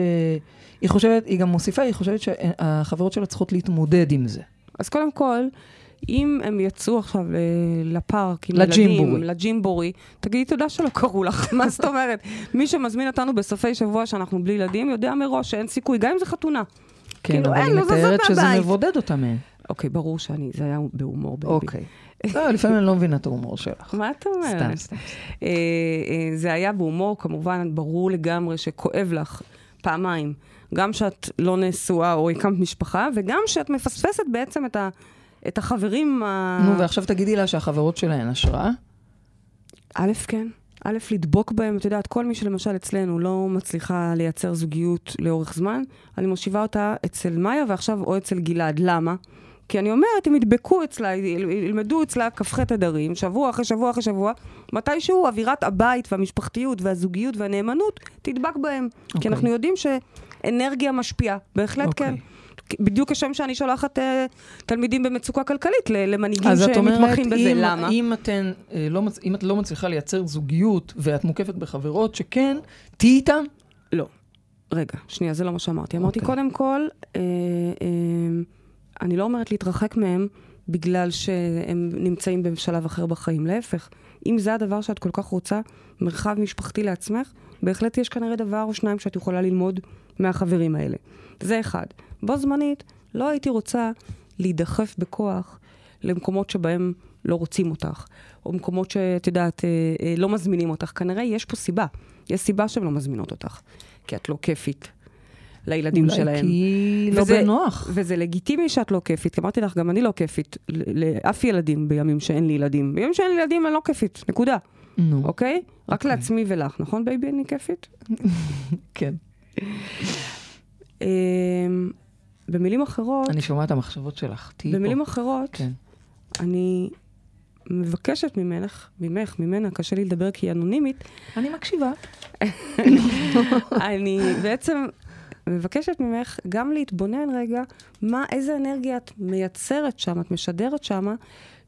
היא חושבת, היא גם מוסיפה, היא חושבת שהחברות שלה צריכות להתמודד עם זה. אז קודם כל, אם הם יצאו עכשיו אה, לפארק עם לג'ימבורי. ילדים, לג'ימבורי, תגידי תודה שלא קראו לך, [LAUGHS] מה זאת אומרת? מי שמזמין אותנו בסופי שבוע שאנחנו בלי ילדים, יודע מראש שאין סיכוי, גם אם זה חתונה. כן, כאילו, אבל אין, היא לא זזות מתארת שזה מהבית. מבודד אותה מהן. אוקיי, ברור שאני, זה היה בהומור בייבי. אוקיי. לא, לפעמים אני לא מבינה את ההומור שלך. מה את אומרת? סתם, סתם. אה, אה, זה היה בהומור, כמובן, ברור לגמרי שכואב לך פעמיים. גם שאת לא נשואה או הקמת משפחה, וגם שאת מפספסת בעצם את, ה, את החברים ה... נו, ועכשיו תגידי לה שהחברות שלהן השראה? א', כן. א', לדבוק בהם, את יודעת, כל מי שלמשל אצלנו לא מצליחה לייצר זוגיות לאורך זמן, אני מושיבה אותה אצל מאיה ועכשיו או אצל גלעד. למה? כי אני אומרת, הם ידבקו אצלה, יל- ילמדו אצלה כ"ח תדרים, שבוע אחרי שבוע אחרי שבוע, מתישהו אווירת הבית והמשפחתיות והזוגיות והנאמנות תדבק בהם. Okay. כי אוקיי. אנחנו יודעים שאנרגיה משפיעה, בהחלט okay. כן. אוקיי. בדיוק כשם שאני שולחת אה, תלמידים במצוקה כלכלית ל- למנהיגים אז את אומרת, שמתמחים בזה, אם, למה? אם, אתן, אה, לא, מצ- אם את לא מצליחה לייצר זוגיות ואת מוקפת בחברות שכן, תהיי איתם. לא. רגע, שנייה, זה לא מה שאמרתי. אמרתי, אוקיי. קודם כל, אה, אה, אני לא אומרת להתרחק מהם בגלל שהם נמצאים בשלב אחר בחיים. להפך, אם זה הדבר שאת כל כך רוצה, מרחב משפחתי לעצמך, בהחלט יש כנראה דבר או שניים שאת יכולה ללמוד מהחברים האלה. זה אחד. בו זמנית, לא הייתי רוצה להידחף בכוח למקומות שבהם לא רוצים אותך, או מקומות שאת יודעת, אה, אה, לא מזמינים אותך. כנראה יש פה סיבה. יש סיבה שהן לא מזמינות אותך, כי את לא כיפית לילדים אולי שלהם. כי לא וזה- בנוח. וזה לגיטימי שאת לא כיפית, כי אמרתי לך, גם אני לא כיפית ל- לאף ילדים בימים שאין לי ילדים. בימים שאין לי ילדים אני לא כיפית, נקודה, נו, אוקיי? רק לעצמי ולך, נכון בייבי אני כיפית? כן. אמ, במילים אחרות, אני שומעת את המחשבות שלך. תהיי פה. במילים אחרות, כן. אני מבקשת ממך, ממך, ממנה, קשה לי לדבר כי היא אנונימית, אני מקשיבה. אני בעצם מבקשת ממך גם להתבונן רגע, מה, איזה אנרגיה את מייצרת שם, את משדרת שם,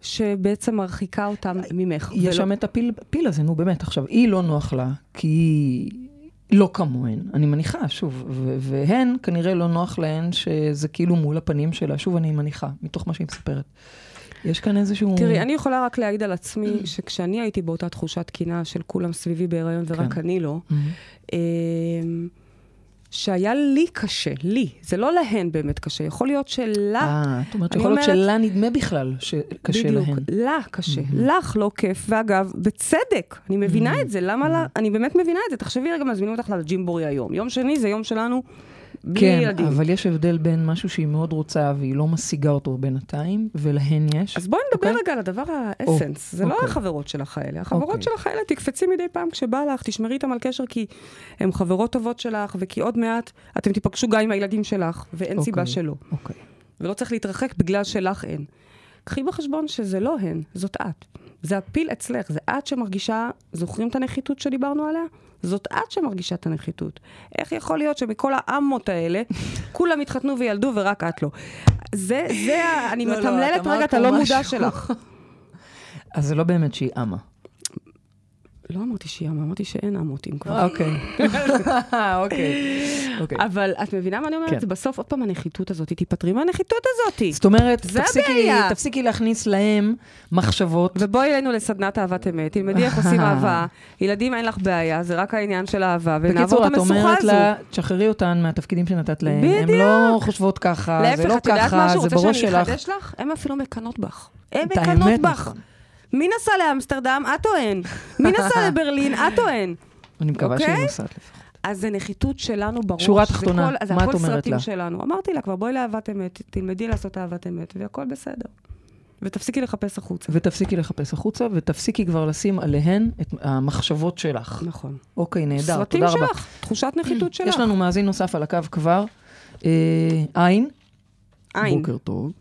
שבעצם מרחיקה אותם ממך. יש ולא- שם את הפיל פיל הזה, נו באמת. עכשיו, היא לא נוח לה, כי היא לא כמוהן, אני מניחה, שוב, ו- והן כנראה לא נוח להן שזה כאילו מול הפנים שלה, שוב, אני מניחה, מתוך מה שהיא מספרת. יש כאן איזשהו... תראי, אני יכולה רק להעיד על עצמי שכשאני הייתי באותה תחושת קינה של כולם סביבי בהיריון ורק כן. אני לא, מהמם. אמ, שהיה לי קשה, לי, זה לא להן באמת קשה, יכול להיות שלה אה, את אומרת, אני יכול להיות אומרת- שלה נדמה בכלל שקשה בדיוק, להן. לה קשה, לך לא כיף, ואגב, בצדק, אני מבינה את זה, למה לה, אני באמת מבינה את זה. תחשבי רגע, מזמינים אותך לג'ימבורי היום. יום שני זה יום שלנו בלי כן, ילדים. אבל יש הבדל בין משהו שהיא מאוד רוצה והיא לא משיגה אותו בינתיים, ולהן יש. אז בואי נדבר אוקיי. רגע על הדבר האסנס. זה לא אוקיי. החברות שלך האלה. החברות אוקיי. שלך האלה, תקפצי מדי פעם כשבא לך, תשמרי איתם על קשר כי הן חברות טובות שלך, וכי עוד מעט אתם תיפגשו גם עם הילדים שלך, ואין סיבה אוקיי. שלא. אוקיי. ולא צריך להתרחק בגלל שלך אין. קחי בחשבון שזה לא הן, זאת את. זה הפיל אצלך, זה את שמרגישה, זוכרים את הנחיתות שדיברנו עליה? זאת את שמרגישה את הנחיתות. איך יכול להיות שמכל האמות האלה, [LAUGHS] כולם התחתנו וילדו ורק את לא? זה, זה, ה- אני לא, לא, את מתמללת אמרת רגע את פה הלא מודע משהו. שלך. [LAUGHS] אז זה לא באמת שהיא אמה. לא אמרתי שהיא אמה, אמרתי שאין אמות, אם כבר. [LAUGHS] אוקיי. אוקיי. אוקיי. אבל את מבינה מה אני אומרת? כן. זה בסוף, עוד פעם, הנחיתות הזאת, תיפטרי מהנחיתות הזאת. זאת אומרת, זה תפסיקי, הבעיה. תפסיקי להכניס להם מחשבות. ובואי אלינו לסדנת אהבת אמת, תלמדי איך [LAUGHS] עושים אהבה. ילדים אין לך בעיה, זה רק העניין של אהבה, ונעבור בקיצור, את את המשוכה אומרת הזו. לה, תשחררי אותן מהתפקידים שנתת להן. הן לא חושבות ככה, זה להפך, לא את יודעת ככה, משהו? זה בראש רוצה שאני שלך. אחדש לך? הן אפילו מקנאות בך. הן את האמת, מקנאות בך. נכון. מי נסע לאמסטרדם? את או הן. מי [LAUGHS] נסע לברלין? את או הן. אני מקווה אוקיי? שהיא נוסעת לפחות. אז זה נחיתות שלנו בראש. שורה זה תחתונה, כל- מה את זה הכל אומרת סרטים לה? שלנו. אמרתי לה כבר, בואי לאהבת אמת, תלמדי לעשות אהבת אמת, והכל בסדר. ותפסיקי לחפש החוצה. ותפסיקי לחפש החוצה, ותפסיקי כבר לשים עליהן את המחשבות שלך. נכון. אוקיי, נהדר, סרטים תודה רבה. שלך, תחושת נחיתות [CLEARS THROAT] שלך. יש לנו מאזין נוסף על הקו כבר. אה, עין. עין. בוקר טוב.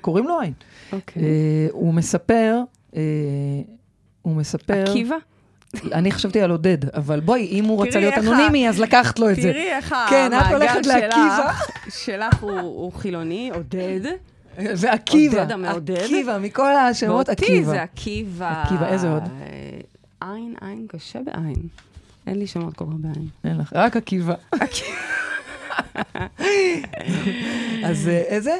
קוראים לו עין. אוקיי. אה, הוא מספר, אה, הוא מספר... עקיבא? אני חשבתי על עודד, אבל בואי, אם הוא רצה תראי להיות איך ה- אנונימי, אז לקחת לו את זה. תראי איך כן, את המעגל הולכת לעקיבא. שלך- שלך הוא- הוא חילוני, עודד. ועקיבא, עודד המעודד. עקיבא, מכל השמות ואותי עקיבא. זה עקיבא. עקיבא, איזה עוד? אה, עין, עין, קשה בעין. אין לי שמות כל כך בעין. אין לך, רק עקיבא. אז אה, איזה?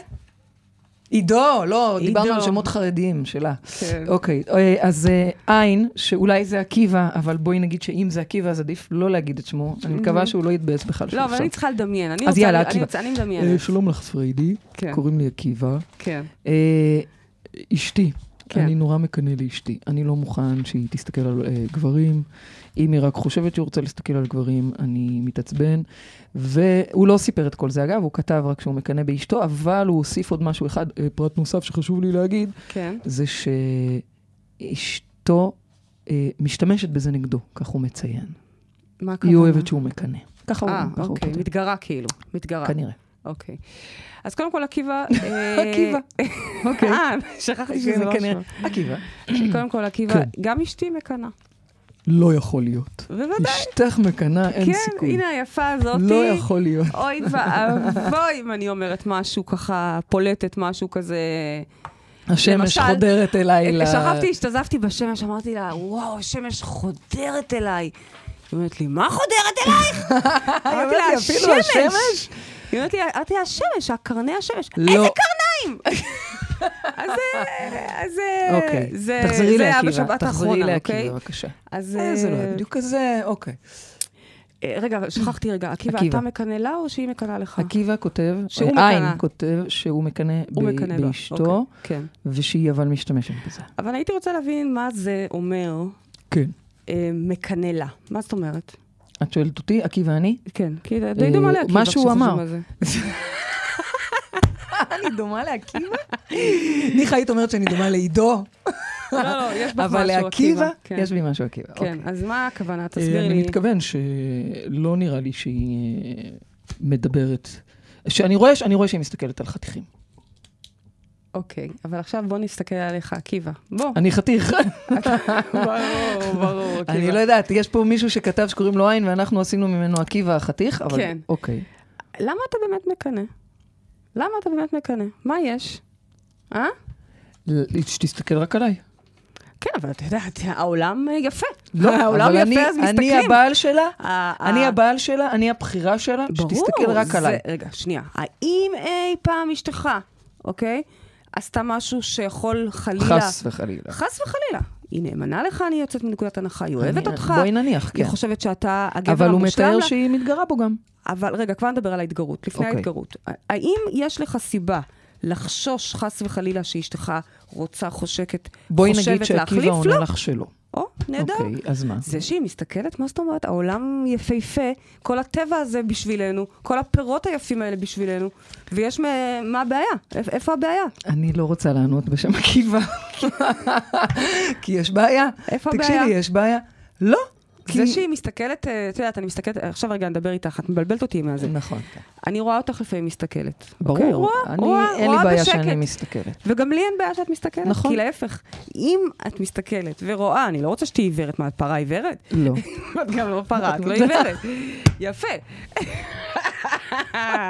עידו, לא, עידו. דיברנו על שמות חרדיים שלה. כן. אוקיי, אה, אז אה, עין, שאולי זה עקיבא, אבל בואי נגיד שאם זה עקיבא, אז עדיף לא להגיד את שמו. אני מקווה שהוא לא יתבאס בכלל לא, שהוא אבל עכשיו. אני צריכה לדמיין. אני אז רוצה- יאללה, אני עקיבא. רוצה- אני מדמיינת. אה, שלום לך, פריידי, כן. קוראים לי עקיבא. כן. אה, אשתי, כן. כן. אני נורא מקנא לאשתי. אני לא מוכן שהיא תסתכל על אה, גברים. אם היא רק חושבת שהיא רוצה להסתכל על גברים, אני מתעצבן. והוא לא סיפר את כל זה, אגב, הוא כתב רק שהוא מקנא באשתו, אבל הוא הוסיף עוד משהו אחד, אה, פרט נוסף שחשוב לי להגיד, כן. זה שאשתו אה, משתמשת בזה נגדו, כך הוא מציין. מה הכוונה? היא אוהבת שהוא מקנא. ככה הוא אה, ככה הוא אוקיי, כותב. מתגרה כאילו. מתגרה. כנראה. אוקיי. אז קודם כל, עקיבא... אה, עקיבא. אוקיי. אה, [LAUGHS] שכחתי שזה לא כנראה. שמו. עקיבא. קודם כל, עקיבא, כן. גם אשתי מקנאה. לא יכול להיות. בוודאי. אשתך מקנאה, אין כן, סיכוי. הנה היפה הזאתי. לא יכול להיות. אוי ואבוי אם אני אומרת משהו ככה, פולטת משהו כזה. השמש למשל, חודרת אליי ל... אה, שכבתי, השתזפתי בשמש, אמרתי לה, וואו, השמש חודרת אליי. היא אומרת לי, מה חודרת [LAUGHS] אלייך? אמרתי לה, אמרתי, "אפילו השמש?" היא אומרת לי, אמרתי לה, השמש, הקרני השמש. לא. איזה קרניים? אז אה, אז אה, אוקיי, זה תחזרי זה היה לעקיבא, בשבת תחזרי האחרונה, לעקיבא אוקיי? בבקשה. אז... אה, זה לא אה, היה בדיוק כזה, אוקיי. אה, רגע, אבל שכחתי רגע, עקיבא, עקיבא. אתה מקנא לה או שהיא מקנאה לך? עקיבא כותב, שהוא אה, עין מקנא. כותב שהוא מקנא הוא ב- מקנא בה. באשתו, אוקיי, כן. ושהיא אבל משתמשת בזה. אבל הייתי רוצה להבין מה זה אומר כן. אה, מקנא לה. מה זאת אומרת? את שואלת אותי, עקיבא אני? כן, כי זה אה, די דומה לעקיבא. מה שהוא כשזה אמר. דומה זה. אני דומה לעקיבא? [LAUGHS] ניחא היית אומרת שאני דומה לעידו, [LAUGHS] לא, לא, יש בך משהו אבל לעקיבא, כן. יש בי משהו עקיבא. אוקיי. כן, אז מה הכוונה? אה, תסבירי אני לי. מתכוון שלא נראה לי שהיא אה, מדברת. שאני רואה, שאני רואה שהיא מסתכלת על חתיכים. אוקיי, אבל עכשיו בוא נסתכל עליך, עקיבא. [LAUGHS] בוא. אני [LAUGHS] חתיך. אוקיי, ברור, [LAUGHS] ברור, עקיבא. אני לא יודעת, יש פה מישהו שכתב שקוראים לו עין, ואנחנו עשינו ממנו עקיבא החתיך, אבל כן. אוקיי. למה אתה באמת מקנא? למה אתה באמת מקנא? מה יש? אה? ל- שתסתכל רק עליי. [LAUGHS] כן, אבל אתה יודעת, העולם אה, יפה. לא, העולם אבל אני- יפה, אז מסתכלים. אני הבעל שלה, ה- ה- אני הבעל שלה, אני הבחירה שלה, ברור, שתסתכל רק זה- עליי. רגע, שנייה. האם אי פעם אשתך, אוקיי, עשתה משהו שיכול חלילה... חס וחלילה. חס וחלילה. היא נאמנה לך, אני יוצאת מנקודת הנחה, היא אוהבת אני- אותך. בואי נניח, היא כן. חושבת שאתה הגבר אבל הוא המושלם מתאר לה. שהיא מתגרה בו גם. אבל רגע, כבר נדבר על ההתגרות, לפני אוקיי. ההתגרות. האם יש לך סיבה לחשוש חס וחלילה שאשתך רוצה, חושקת, בואי חושבת נגיד שעקיבא להחליף? לא. עונה לך שלא. או, נהדר. אוקיי, אז מה? זה שהיא מסתכלת, מה זאת אומרת? העולם יפהפה, כל הטבע הזה בשבילנו, כל הפירות היפים האלה בשבילנו, ויש מ- מה הבעיה? איפ- איפה הבעיה? אני לא רוצה לענות בשם עקיבא, כי יש בעיה. איפה תקשיבי, הבעיה? יש בעיה. לא. זה כי- שהיא מסתכלת, אה, את יודעת, אני מסתכלת, עכשיו רגע, נדבר איתך, את מבלבלת אותי מה זה. נכון. כן. אני רואה אותך לפעמים מסתכלת. אוקיי? ברור. רואה, אני, רואה, אין לי רואה בעיה בשקט. שאני מסתכלת. וגם לי אין בעיה שאת מסתכלת. נכון. כי להפך, אם את מסתכלת ורואה, אני לא רוצה שתהיי עיוורת, מה, את פרה עיוורת? לא. [LAUGHS] את גם לא פרה, את [LAUGHS] לא עיוורת. יפה. [LAUGHS]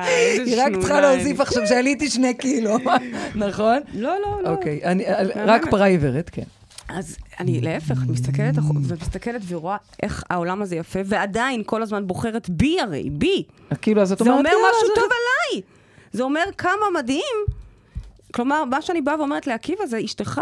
איזה היא רק צריכה שנונה להוסיף אני. עכשיו שעליתי שני קילו, [LAUGHS] נכון? לא, לא, לא. אוקיי, אני- רק פרה עיוורת, כן. אז אני להפך, מסתכלת אח- ומסתכלת ורואה איך העולם הזה יפה, ועדיין כל הזמן בוחרת בי הרי, בי. כאילו, אז את זה אומרת, אומר "יאללה, משהו זה- לא- טוב עליי. זה אומר כמה מדהים. כלומר, מה שאני באה ואומרת לעקיבא זה אשתך,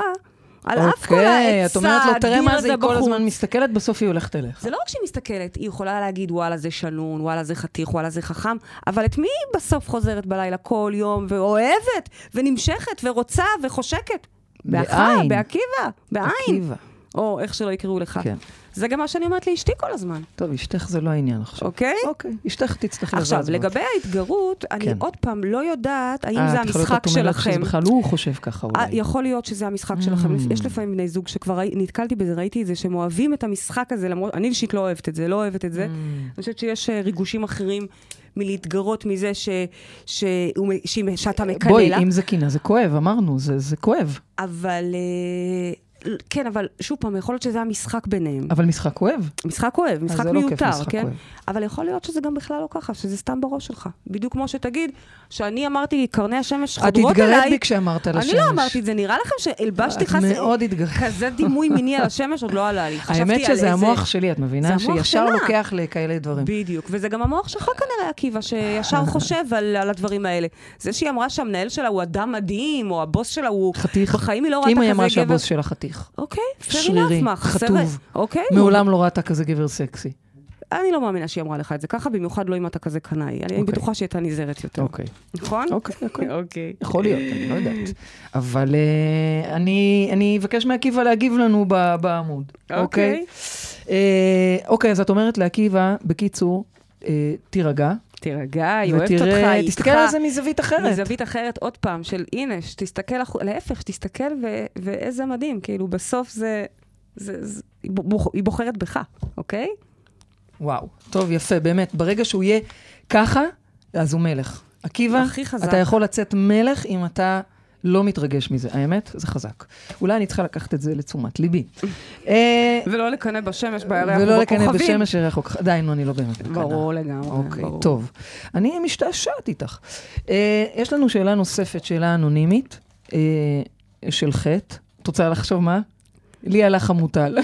על אף כל אוקיי, את העצה, אומרת לו, תראה הדיר מה זה, הזה היא כל בחוץ." הזמן מסתכלת, בסוף היא הולכת אליך. זה לא רק שהיא מסתכלת, היא יכולה להגיד, וואלה זה שנון, וואלה זה חתיך, וואלה זה חכם, אבל את מי היא בסוף חוזרת בלילה כל יום, ואוהבת, ונמשכת, ורוצה, וחושקת? באחה, בעין. בעקיבא, בעין. עקיבא. או איך שלא יקראו לך. כן. זה גם מה שאני אומרת לאשתי כל הזמן, טוב, אשתך זה לא העניין עכשיו. אוקיי? אוקיי, אשתך תצטרך לזוז. עכשיו, מאוד. לגבי ההתגרות, אני כן. עוד פעם לא יודעת האם אה, זה את יכולה להיות המשחק את אומרת שזה שלכם. בכלל הוא חושב ככה אה, אולי. Mm. יכול להיות שזה המשחק שלכם. יש לפעמים בני זוג שכבר ראי- נתקלתי בזה, ראיתי את זה, שהם אוהבים את המשחק הזה, למרות, אני אישית לא אוהבת את זה, לא אוהבת Mm. את זה. אני חושבת שיש אה, ריגושים אחרים מלהתגרות מזה ש, שהוא מ- שהיא- שאתה מקנא לה. אה, בואי, אם זה קינה, זה כואב, אמרנו, זה, זה כואב. אבל... אה, כן, אבל שוב פעם, יכול להיות שזה המשחק ביניהם. אבל משחק כואב. משחק אוהב, משחק זה לא כיף, מיותר, משחק כן? אוהב. אבל יכול להיות שזה גם בכלל לא ככה, שזה סתם בראש שלך. בדיוק כמו שתגיד, שאני אמרתי, קרני השמש את חודרות אליי. התגרית בי כשאמרת על השמש. אני לא אמרתי את זה, נראה לכם שהלבשתי את חס... מאוד התגרית. כזה דימוי מיני על השמש עוד לא עלה לי. חשבתי האמת על שזה איזה- המוח שלי, את מבינה? זה המוח שישר שלה. לוקח לכאלה דברים. בדיוק, וזה גם המוח שלך כנראה הרי עקיבא [LAUGHS] שישר חושב על, על הדברים האלה. זה שהיא אמרה שהמנהל שלה הוא אדם מדהים, או הבוס שלה הוא... חתיך. בחיים היא לא ראתה אם היא כזה גבר. אמרה שהבוס שלה חתיך. אוקיי, fair שרירי, enough, מה, חסר... חטוב. אוקיי. מעולם לא ראתה כזה גבר סקסי. אני לא מאמינה שהיא אמרה לך את זה ככה, במיוחד לא אם אתה כזה קנאי. אני אני אוקיי. בטוחה שהיא הייתה נזהרת יותר. אוקיי. נכון? אוקיי, אוקיי. אוקיי. יכול להיות, אני לא יודעת. אבל אה, אני, אני אבקש מעקיבא להגיב לנו ב, בעמוד, אוקיי. אוקיי? אה, אוקיי, אז את אומרת לעקיבא, בקיצור, אה, תירגע. תירגע, היא אוהבת אותך, ותראה- היא איתך. תסתכל על זה מזווית אחרת. מזווית אחרת, עוד פעם, של הנה, שתסתכל, החו- להפך, שתסתכל ו- ואיזה מדהים, כאילו, בסוף זה... זה, זה היא, בוח, היא בוחרת בך, אוקיי? וואו, טוב, יפה, באמת. ברגע שהוא יהיה ככה, אז הוא מלך. עקיבא, הכי חזק. אתה יכול לצאת מלך אם אתה לא מתרגש מזה. האמת, זה חזק. אולי אני צריכה לקחת את זה לתשומת ליבי. אה, ולא לקנא בשמש, בירח ובכוכבים. ולא לקנא בשמש ירח או כוכבים. די, נו, אני לא באמת מקנאה. ברור לא, לגמרי, אוקיי, ברור. טוב. אני משתעשעת איתך. אה, יש לנו שאלה נוספת, שאלה אנונימית, אה, של חטא. את רוצה לחשוב מה? לי הלך המוטל.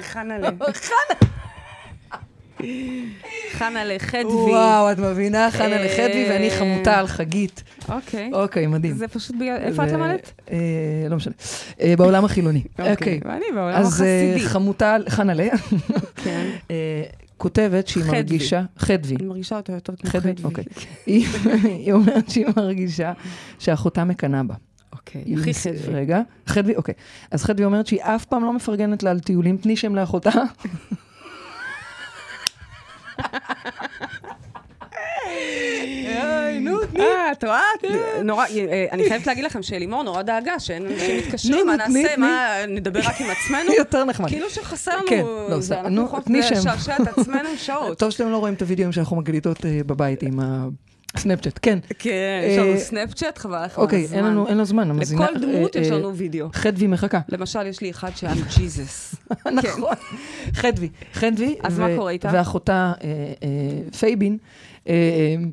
חנה'לה. [LAUGHS] חנה'לה, חדווי. וואו, את מבינה, חנה אה, לחדווי ואני חמוטה על חגית. אוקיי. אוקיי, מדהים. זה פשוט בגלל... איפה את זה- למדת? אה, לא משנה. אה, בעולם החילוני. אוקיי. ואני בעולם אז אה, החסידי. חמוטה, חנלה, כן. אה, כותבת שהיא חדווי. מרגישה, חדווי, אני מרגישה אותו יותר כמו חדווי, חדווי. אוקיי. היא היא אומרת שהיא מרגישה שאחותה מקנאה בה. אוקיי. היא הכי מס- חדווי. רגע, חדווי, אוקיי. אז חדווי אומרת שהיא אף פעם לא מפרגנת לה על טיולים, תני שם [LAUGHS] לאחותה. אה, את רואה? נורא, אה, אני חייבת להגיד לכם שלימור נורא דאגה, שאין אנשים נו, מתקשרים, מה נו, תני, נעשה, תני. מה, נדבר רק עם עצמנו? יותר נחמד. כאילו שחסר כן, לא, לנו, זה, בסדר. אנחנו נו, יכולות תני שם. לשעשע את עצמנו שעות. טוב שאתם לא רואים את הוידאוים שאנחנו מגליטות אה, בבית עם הסנאפצ'אט, כן. כן, אה, יש לנו סנאפצ'אט, חבל לך על אוקיי, הזמן. אין לנו- אין לנו זמן, המאזינה... לכל דמות אה, יש אה, לנו וידאו. חדווי מחכה. למשל, יש לי אחד שאני ג'יזוס. [LAUGHS] נכון. חדווי. חדווי. אז ו- מה קורה איתה? ואחותה אה, אה, פייבין, אה, אה,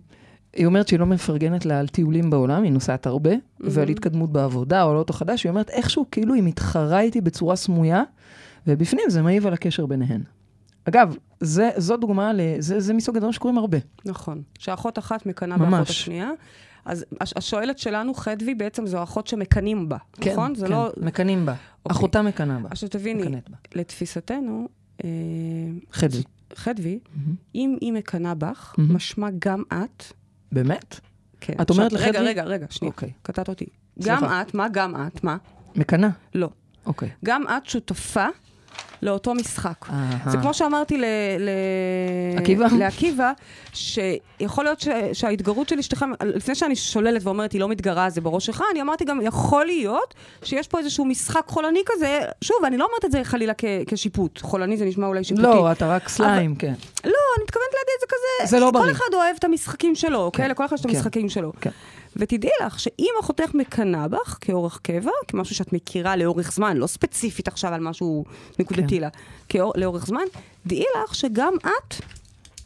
היא אומרת שהיא לא מפרגנת לה על טיולים בעולם, היא נוסעת הרבה, ועל התקדמות בעבודה או על אוטו חדש, היא אומרת איכשהו כאילו היא מתחרה איתי בצורה סמויה, ובפנים זה מעיב על הקשר ביניהן. אגב, זה, זו דוגמה, ל, זה, זה מסוג הדברים שקורים הרבה. נכון. שאחות אחת מקנאה ממש. באחות השנייה. אז הש- השואלת שלנו, חדווי, בעצם זו האחות שמקנאים בה, נכון? זה כן, לא... אוקיי. מקנאים בה. אחותה מקנאה בה. עכשיו תביני, מקנאת בה. לתפיסתנו, אה, חדווי. חדווי, אם היא מקנאה בך, מהמם. משמע גם את, באמת? כן. את אומרת עכשיו, רגע, לחדווי- רגע, רגע, שנייה, אוקיי. קטעת אותי. גם סליחה. את, מה גם את, מה? מקנאה. לא. אוקיי. גם את שותפה לאותו משחק. אהה. זה כמו שאמרתי ל... ל... עקיבא. לעקיבא, שיכול להיות ש... שההתגרות של אשתכם, לפני שאני שוללת ואומרת, היא לא מתגרה, זה בראש שלך, אני אמרתי גם, יכול להיות שיש פה איזשהו משחק חולני כזה, שוב, אני לא אומרת את זה חלילה כ... כשיפוט, חולני זה נשמע אולי שיפוטי. לא, אתה רק סליים, כן. לא, אני מתכוונת להגיד את זה כזה... זה לא בריא. כל אחד אוהב את המשחקים שלו, אוקיי? כן, לכל אחד יש את כן, המשחקים שלו. כן. ותדעי לך שאם אחותך מקנאה בך כאורך קבע, כמשהו שאת מכירה לאורך זמן, לא ספציפית עכשיו על משהו נקודתי כן. לה, כאור, לאורך זמן, דעי לך שגם את,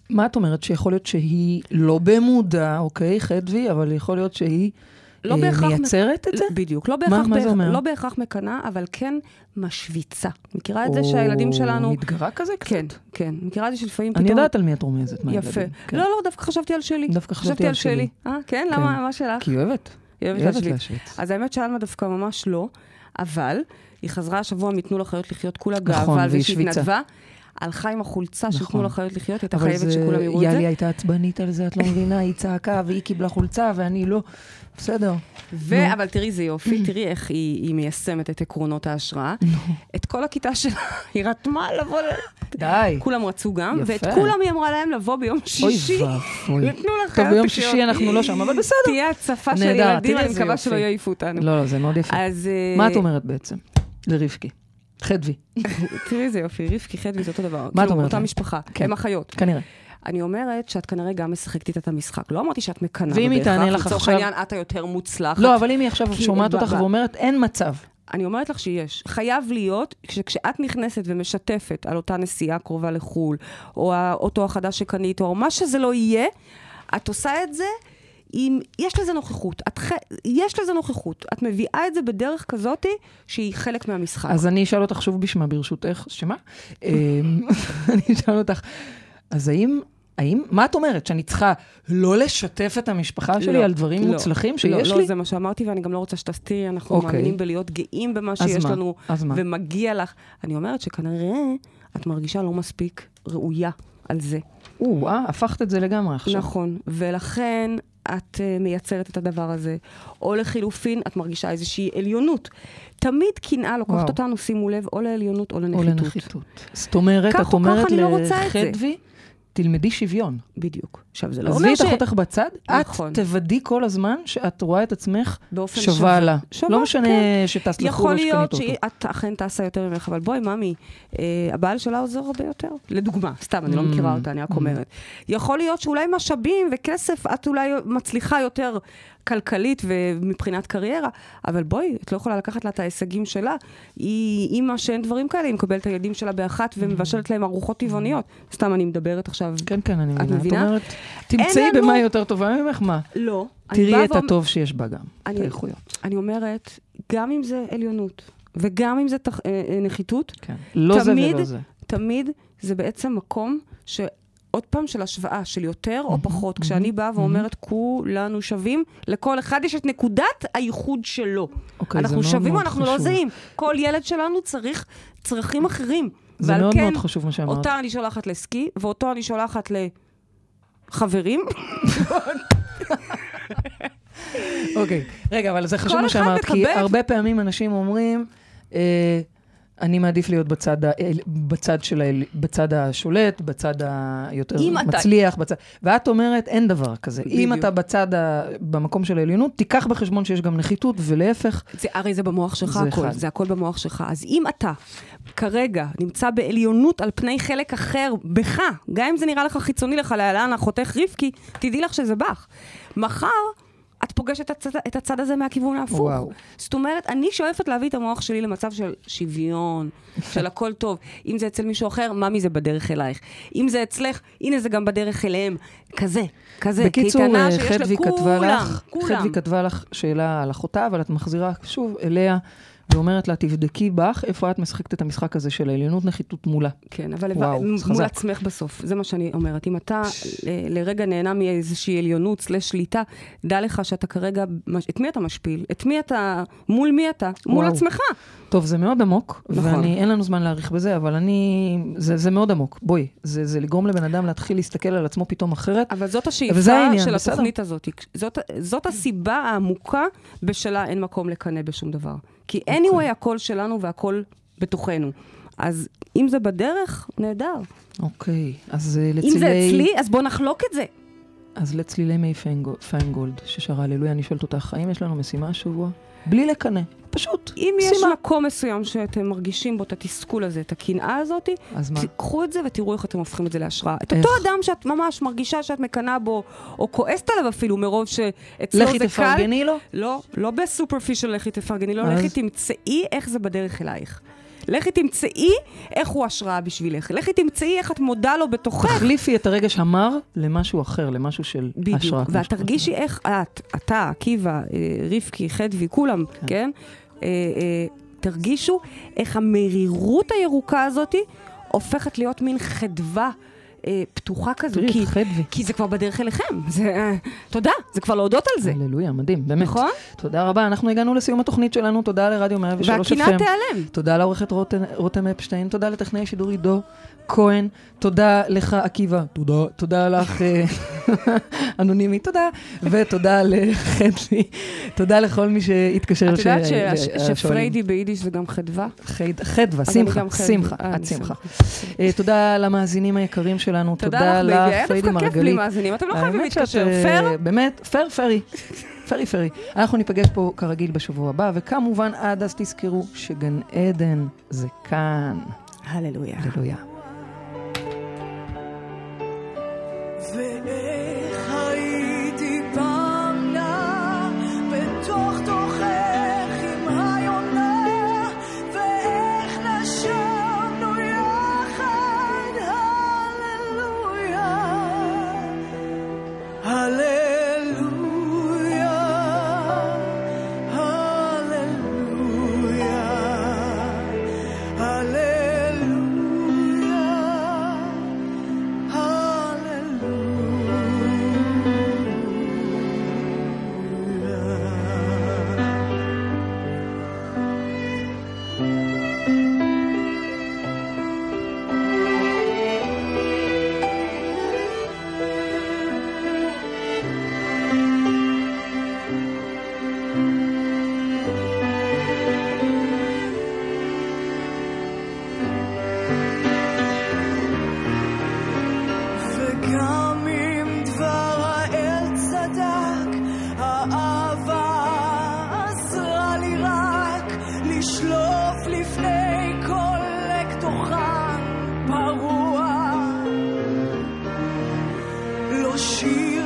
מה את אומרת? שיכול להיות שהיא לא במודע, אוקיי, חדווי, אבל יכול להיות שהיא לא אה, בהכרח... מק- מייצרת את זה? בדיוק. לא מה- בהכרח, מה זה בהכ- אומר? לא בהכרח מקנאה, אבל כן משוויצה. מכירה את זה או שהילדים שלנו... מתגרה כזה קצת? כן, כן. מכירה את זה שלפעמים פתאום... אני יודעת על מי את רומזת, מה יפה. הילדים. כן. לא, לא, דווקא חשבתי על שלי. דווקא חשבתי על שלי. אה, כן? למה? מה שלך? כי היא אוהבת. היא אוהבת היא אוהבת להשוויץ. להשוויץ. אז האמת שאלמה דווקא ממש לא, אבל היא חזרה השבוע מ"תנו לחיות לחיות" כולה נכון, גאווה, והיא ושהיא שוויצה. התנדבה, הלכה עם החולצה של נכון. "תנו לחיות לחיות", הייתה אבל חייבת זה- שכולם יראו את יאלי זה. הייתה עצבנית על זה, את לא מבינה, היא צעקה והיא קיבלה חולצה ואני לא. בסדר. ו- אבל תראי איזה [CLEARS THROAT] יופי, תראי איך היא היא מיישמת את עקרונות ההשראה. את כל הכיתה שלה [LAUGHS] היא רתמה לבוא ל... די. כולם רצו גם, יפה. ואת כולם היא אמרה להם לבוא ביום שישי. ואבוי. "לתנו לחיות טוב, ביום לחיות". שישי אנחנו לא שם, אבל בסדר. תהיה הצפה של נהדר, ילדים, תראי אני איזה מקווה יופי. שלא יעיפו אותנו. לא, לא, זה מאוד יפה. אז... מה אה, את אומרת בעצם? לרבקי. חדווי, תראי איזה יופי, רבקי חדווי זה אותו דבר. מה את כאילו, אומרת אותה להם? משפחה, כן. הם אחיות. כנראה. אני אומרת שאת כנראה גם משחקת איתה את המשחק. לא אמרתי שאת מקנאה ואם היא בהכרח, תענה לך לצורך עכשיו- העניין, את היותר מוצלחת. לא, אבל אם היא עכשיו כי- שומעת ב- אותך כאילו, ב- נכון. ואומרת, אין מצב. אני אומרת לך שיש. חייב להיות, כש- כשאת נכנסת ומשתפת על אותה נסיעה קרובה לחו"ל, או האוטו החדש שקנית, או מה שזה לא יהיה, את עושה את זה. אם יש לזה נוכחות, את ח... יש לזה נוכחות, את מביאה את זה בדרך כזאתי שהיא חלק מהמשחק. אז אני אשאל אותך [LAUGHS] שוב בשמה, ברשותך, שמה? אמ, אני אשאל אותך, אז האם האם, מה את אומרת, שאני צריכה לא לשתף את המשפחה שלי לא, על דברים לא, מוצלחים לא, שיש לי? לא, זה מה שאמרתי, ואני גם לא רוצה שתסתירי, אנחנו אוקיי. מאמינים בלהיות גאים במה אז שיש מה? לנו, אז מה? ומגיע לך. אני אומרת שכנראה את מרגישה לא מספיק ראויה על זה. או, אה, הפכת את זה לגמרי עכשיו. נכון, ולכן את אה, מייצרת את הדבר הזה. או לחילופין, את מרגישה איזושהי עליונות. תמיד קנאה לוקחת וואו. אותנו, שימו לב, או לעליונות או או לנחיתות. לנחיתות. זאת אומרת, כך את או כך, אומרת אני לא רוצה את זה. לחדווי, תלמדי שוויון. בדיוק. עכשיו, זה לא עזבי אומר את ש... אחותך בצד, את נכון. תוודאי כל הזמן שאת רואה את עצמך באופן שווה שווה. לה. שווה, לא משנה כן. שטסת לחו"ל יכול או שקנית להיות אותו. שאת אכן טסה יותר ממך, אבל בואי, ממי, אה, הבעל שלה עוזר הרבה יותר. לדוגמה, סתם, אני לא Mm, מכירה אותה, אני רק mm. אומרת. יכול להיות שאולי משאבים וכסף, את אולי מצליחה יותר כלכלית ומבחינת קריירה, אבל בואי, את לא יכולה לקחת לה את ההישגים שלה. היא אימא שאין דברים כאלה, היא מקבלת את הילדים שלה באחת ומבשלת להם ארוחות טבעוניות. סתם, אני מדברת עכשיו. Mm. כן, כן, אני מבינה. מבינה? את אומרת, תמצאי לנו- במה היא יותר טובה ממך, מה? לא. אני באה תראי את ואומ- הטוב שיש בה גם, את אני- האיכויות. אני אומרת, גם אם זה עליונות, וגם אם זה תח- אה, אה, נחיתות, כן. לא זה תמיד- ולא זה. תמיד זה בעצם מקום ש... עוד פעם, של השוואה, של יותר או פחות. כשאני באה ואומרת, כולנו שווים, לכל אחד יש את נקודת הייחוד שלו. אוקיי, זה אנחנו מאוד שווים או מאוד אנחנו לא חשוב. זהים. כל ילד שלנו צריך צרכים אחרים. זה ועל מאוד כן, מאוד חשוב מה שאמרת. אותה אני שולחת לסקי, ואותו אני שולחת לחברים. אוקיי, רגע, אבל זה חשוב כל מה אחד שאמרת, כי מקבל- הרבה פעמים אנשים אומרים, אה, אני מעדיף להיות בצד, ה- אל- בצד, של האל, בצד השולט, בצד היותר אם אתה- מצליח, בצד... ואת אומרת, אין דבר כזה. אם בדיוק. אתה בצד, ה, במקום של העליונות, תיקח בחשבון שיש גם נחיתות, ולהפך, זה, הרי זה במוח שלך זה זה הכל, אחד. אחד. זה הכל במוח שלך. אז אם אתה כרגע נמצא בעליונות על פני חלק אחר בך, גם אם זה נראה לך חיצוני לך, להלן החותך רבקי, תדעי לך שזה בך. מחר... את פוגשת את הצד, את הצד הזה מהכיוון ההפוך. וואו. זאת אומרת, אני שואפת להביא את המוח שלי למצב של שוויון, של הכל טוב. אם זה אצל מישהו אחר, ממי זה בדרך אלייך. אם זה אצלך, הנה זה גם בדרך אליהם. כזה, כזה. בקיצור, קייטנה אה, שיש חדווי לכולם, כתבה לך, כולם. חדווי כתבה לך שאלה על אחותה, אבל את מחזירה שוב אליה ואומרת לה, תבדקי בך איפה את משחקת את המשחק הזה של העליונות נחיתות מולה. כן, אבל וואו, וואו, חזק. מול עצמך בסוף, זה מה שאני אומרת. אם אתה אה, לרגע נהנה מאיזושהי עליונות סלש שליטה, דע לך שאתה כרגע, מש- את מי אתה משפיל? את מי אתה, מול מי אתה? מול וואו. עצמך. טוב, זה מאוד עמוק, נכון. ואני, אין לנו זמן להאריך בזה, אבל אני... זה, זה מאוד עמוק, בואי. זה, זה לגרום לבן אדם להתחיל להסתכל על עצמו פתאום אחרת. אבל זאת השאיפה אבל זה העניין, של בסדר. התוכנית הזאת. זאת, זאת הסיבה העמוקה בשלה אין מקום לקנא בשום דבר. כי אוקיי. anyway הכל שלנו והכל בתוכנו. אז אם זה בדרך, נהדר. אוקיי, אז אה, אם זה לצלילי... אצלי, אז בוא נחלוק את זה. אז לצלילי מי פיינגו- פיינגולד, ששרה הללויה, אני שואלת אותך, האם יש לנו משימה השבוע? בלי לקנא, פשוט. אם יש משימה. מקום מסוים שאתם מרגישים בו את התסכול הזה, את הקנאה הזאת, אז מה? קחו את זה ותראו איך אתם הופכים את זה להשראה. את איך? אותו אדם שאת ממש מרגישה שאת מקנאה בו, או כועסת עליו אפילו מרוב שאצלו לכי זה קל. תפרגני לו? לא, לא בסופרפישל לכי תפרגני, לא, אז? לכי תמצאי איך זה בדרך אלייך. לכי תמצאי איך הוא השראה בשבילך. לכי תמצאי איך את מודה לו בתוכך. תחליפי את הרגש המר למשהו אחר, למשהו של בדיוק, השראה. כמו ואת שאת אומרת. תרגישי איך את, אתה, עקיבא, אה, רבקי, חדווי, כולם, כן. כן? אה, אה, תרגישו איך המרירות הירוקה הזאת הופכת להיות מין חדווה אה, פתוחה כזו. תראי כי, את חדווי. כי זה כבר בדרך אליכם. זה, אה, תודה, זה כבר להודות על זה, הללויה, מדהים, באמת. נכון? תודה רבה, אנחנו הגענו לסיום התוכנית שלנו, תודה לרדיו 103 FM. והקנאה תיעלם. תודה לעורכת רותם, רותם אפשטיין, תודה לטכנאי השידור עידו כהן, תודה לך עקיבא, תודה, תודה לך אה, [LAUGHS] אנונימי, תודה, ותודה לחדלי, תודה לכל מי שהתקשר. את יודעת ש- שה- השואלים. שפריידי ביידיש זה גם חדווה? חד- חדווה, אז אני שמחה, גם חדווה. שמחה, אה, את אני שמחה. שמחה. אה, תודה למאזינים היקרים שלנו, תודה תודה לך, בייבי. היה לפריידי דווקא כיף בלי מרגלית. מאזינים, אתם לא חייבים האמת שאת, להתקשר. אה, פייר? באמת, פייר פרי. פרי פרי. אנחנו ניפגש פה כרגיל בשבוע הבא, וכמובן עד אז תזכרו שגן עדן זה כאן. הללויה. הללויה. ואיך הייתי פעם נע בתוך תוכך עם היונה ואיך נשמנו יחד הללויה הללויה הללויה הללויה Hallelujah. גם אם דבר האל צדק, האהבה עזרה לי רק לשלוף לפני קולקטוחן פרוע. לא שיר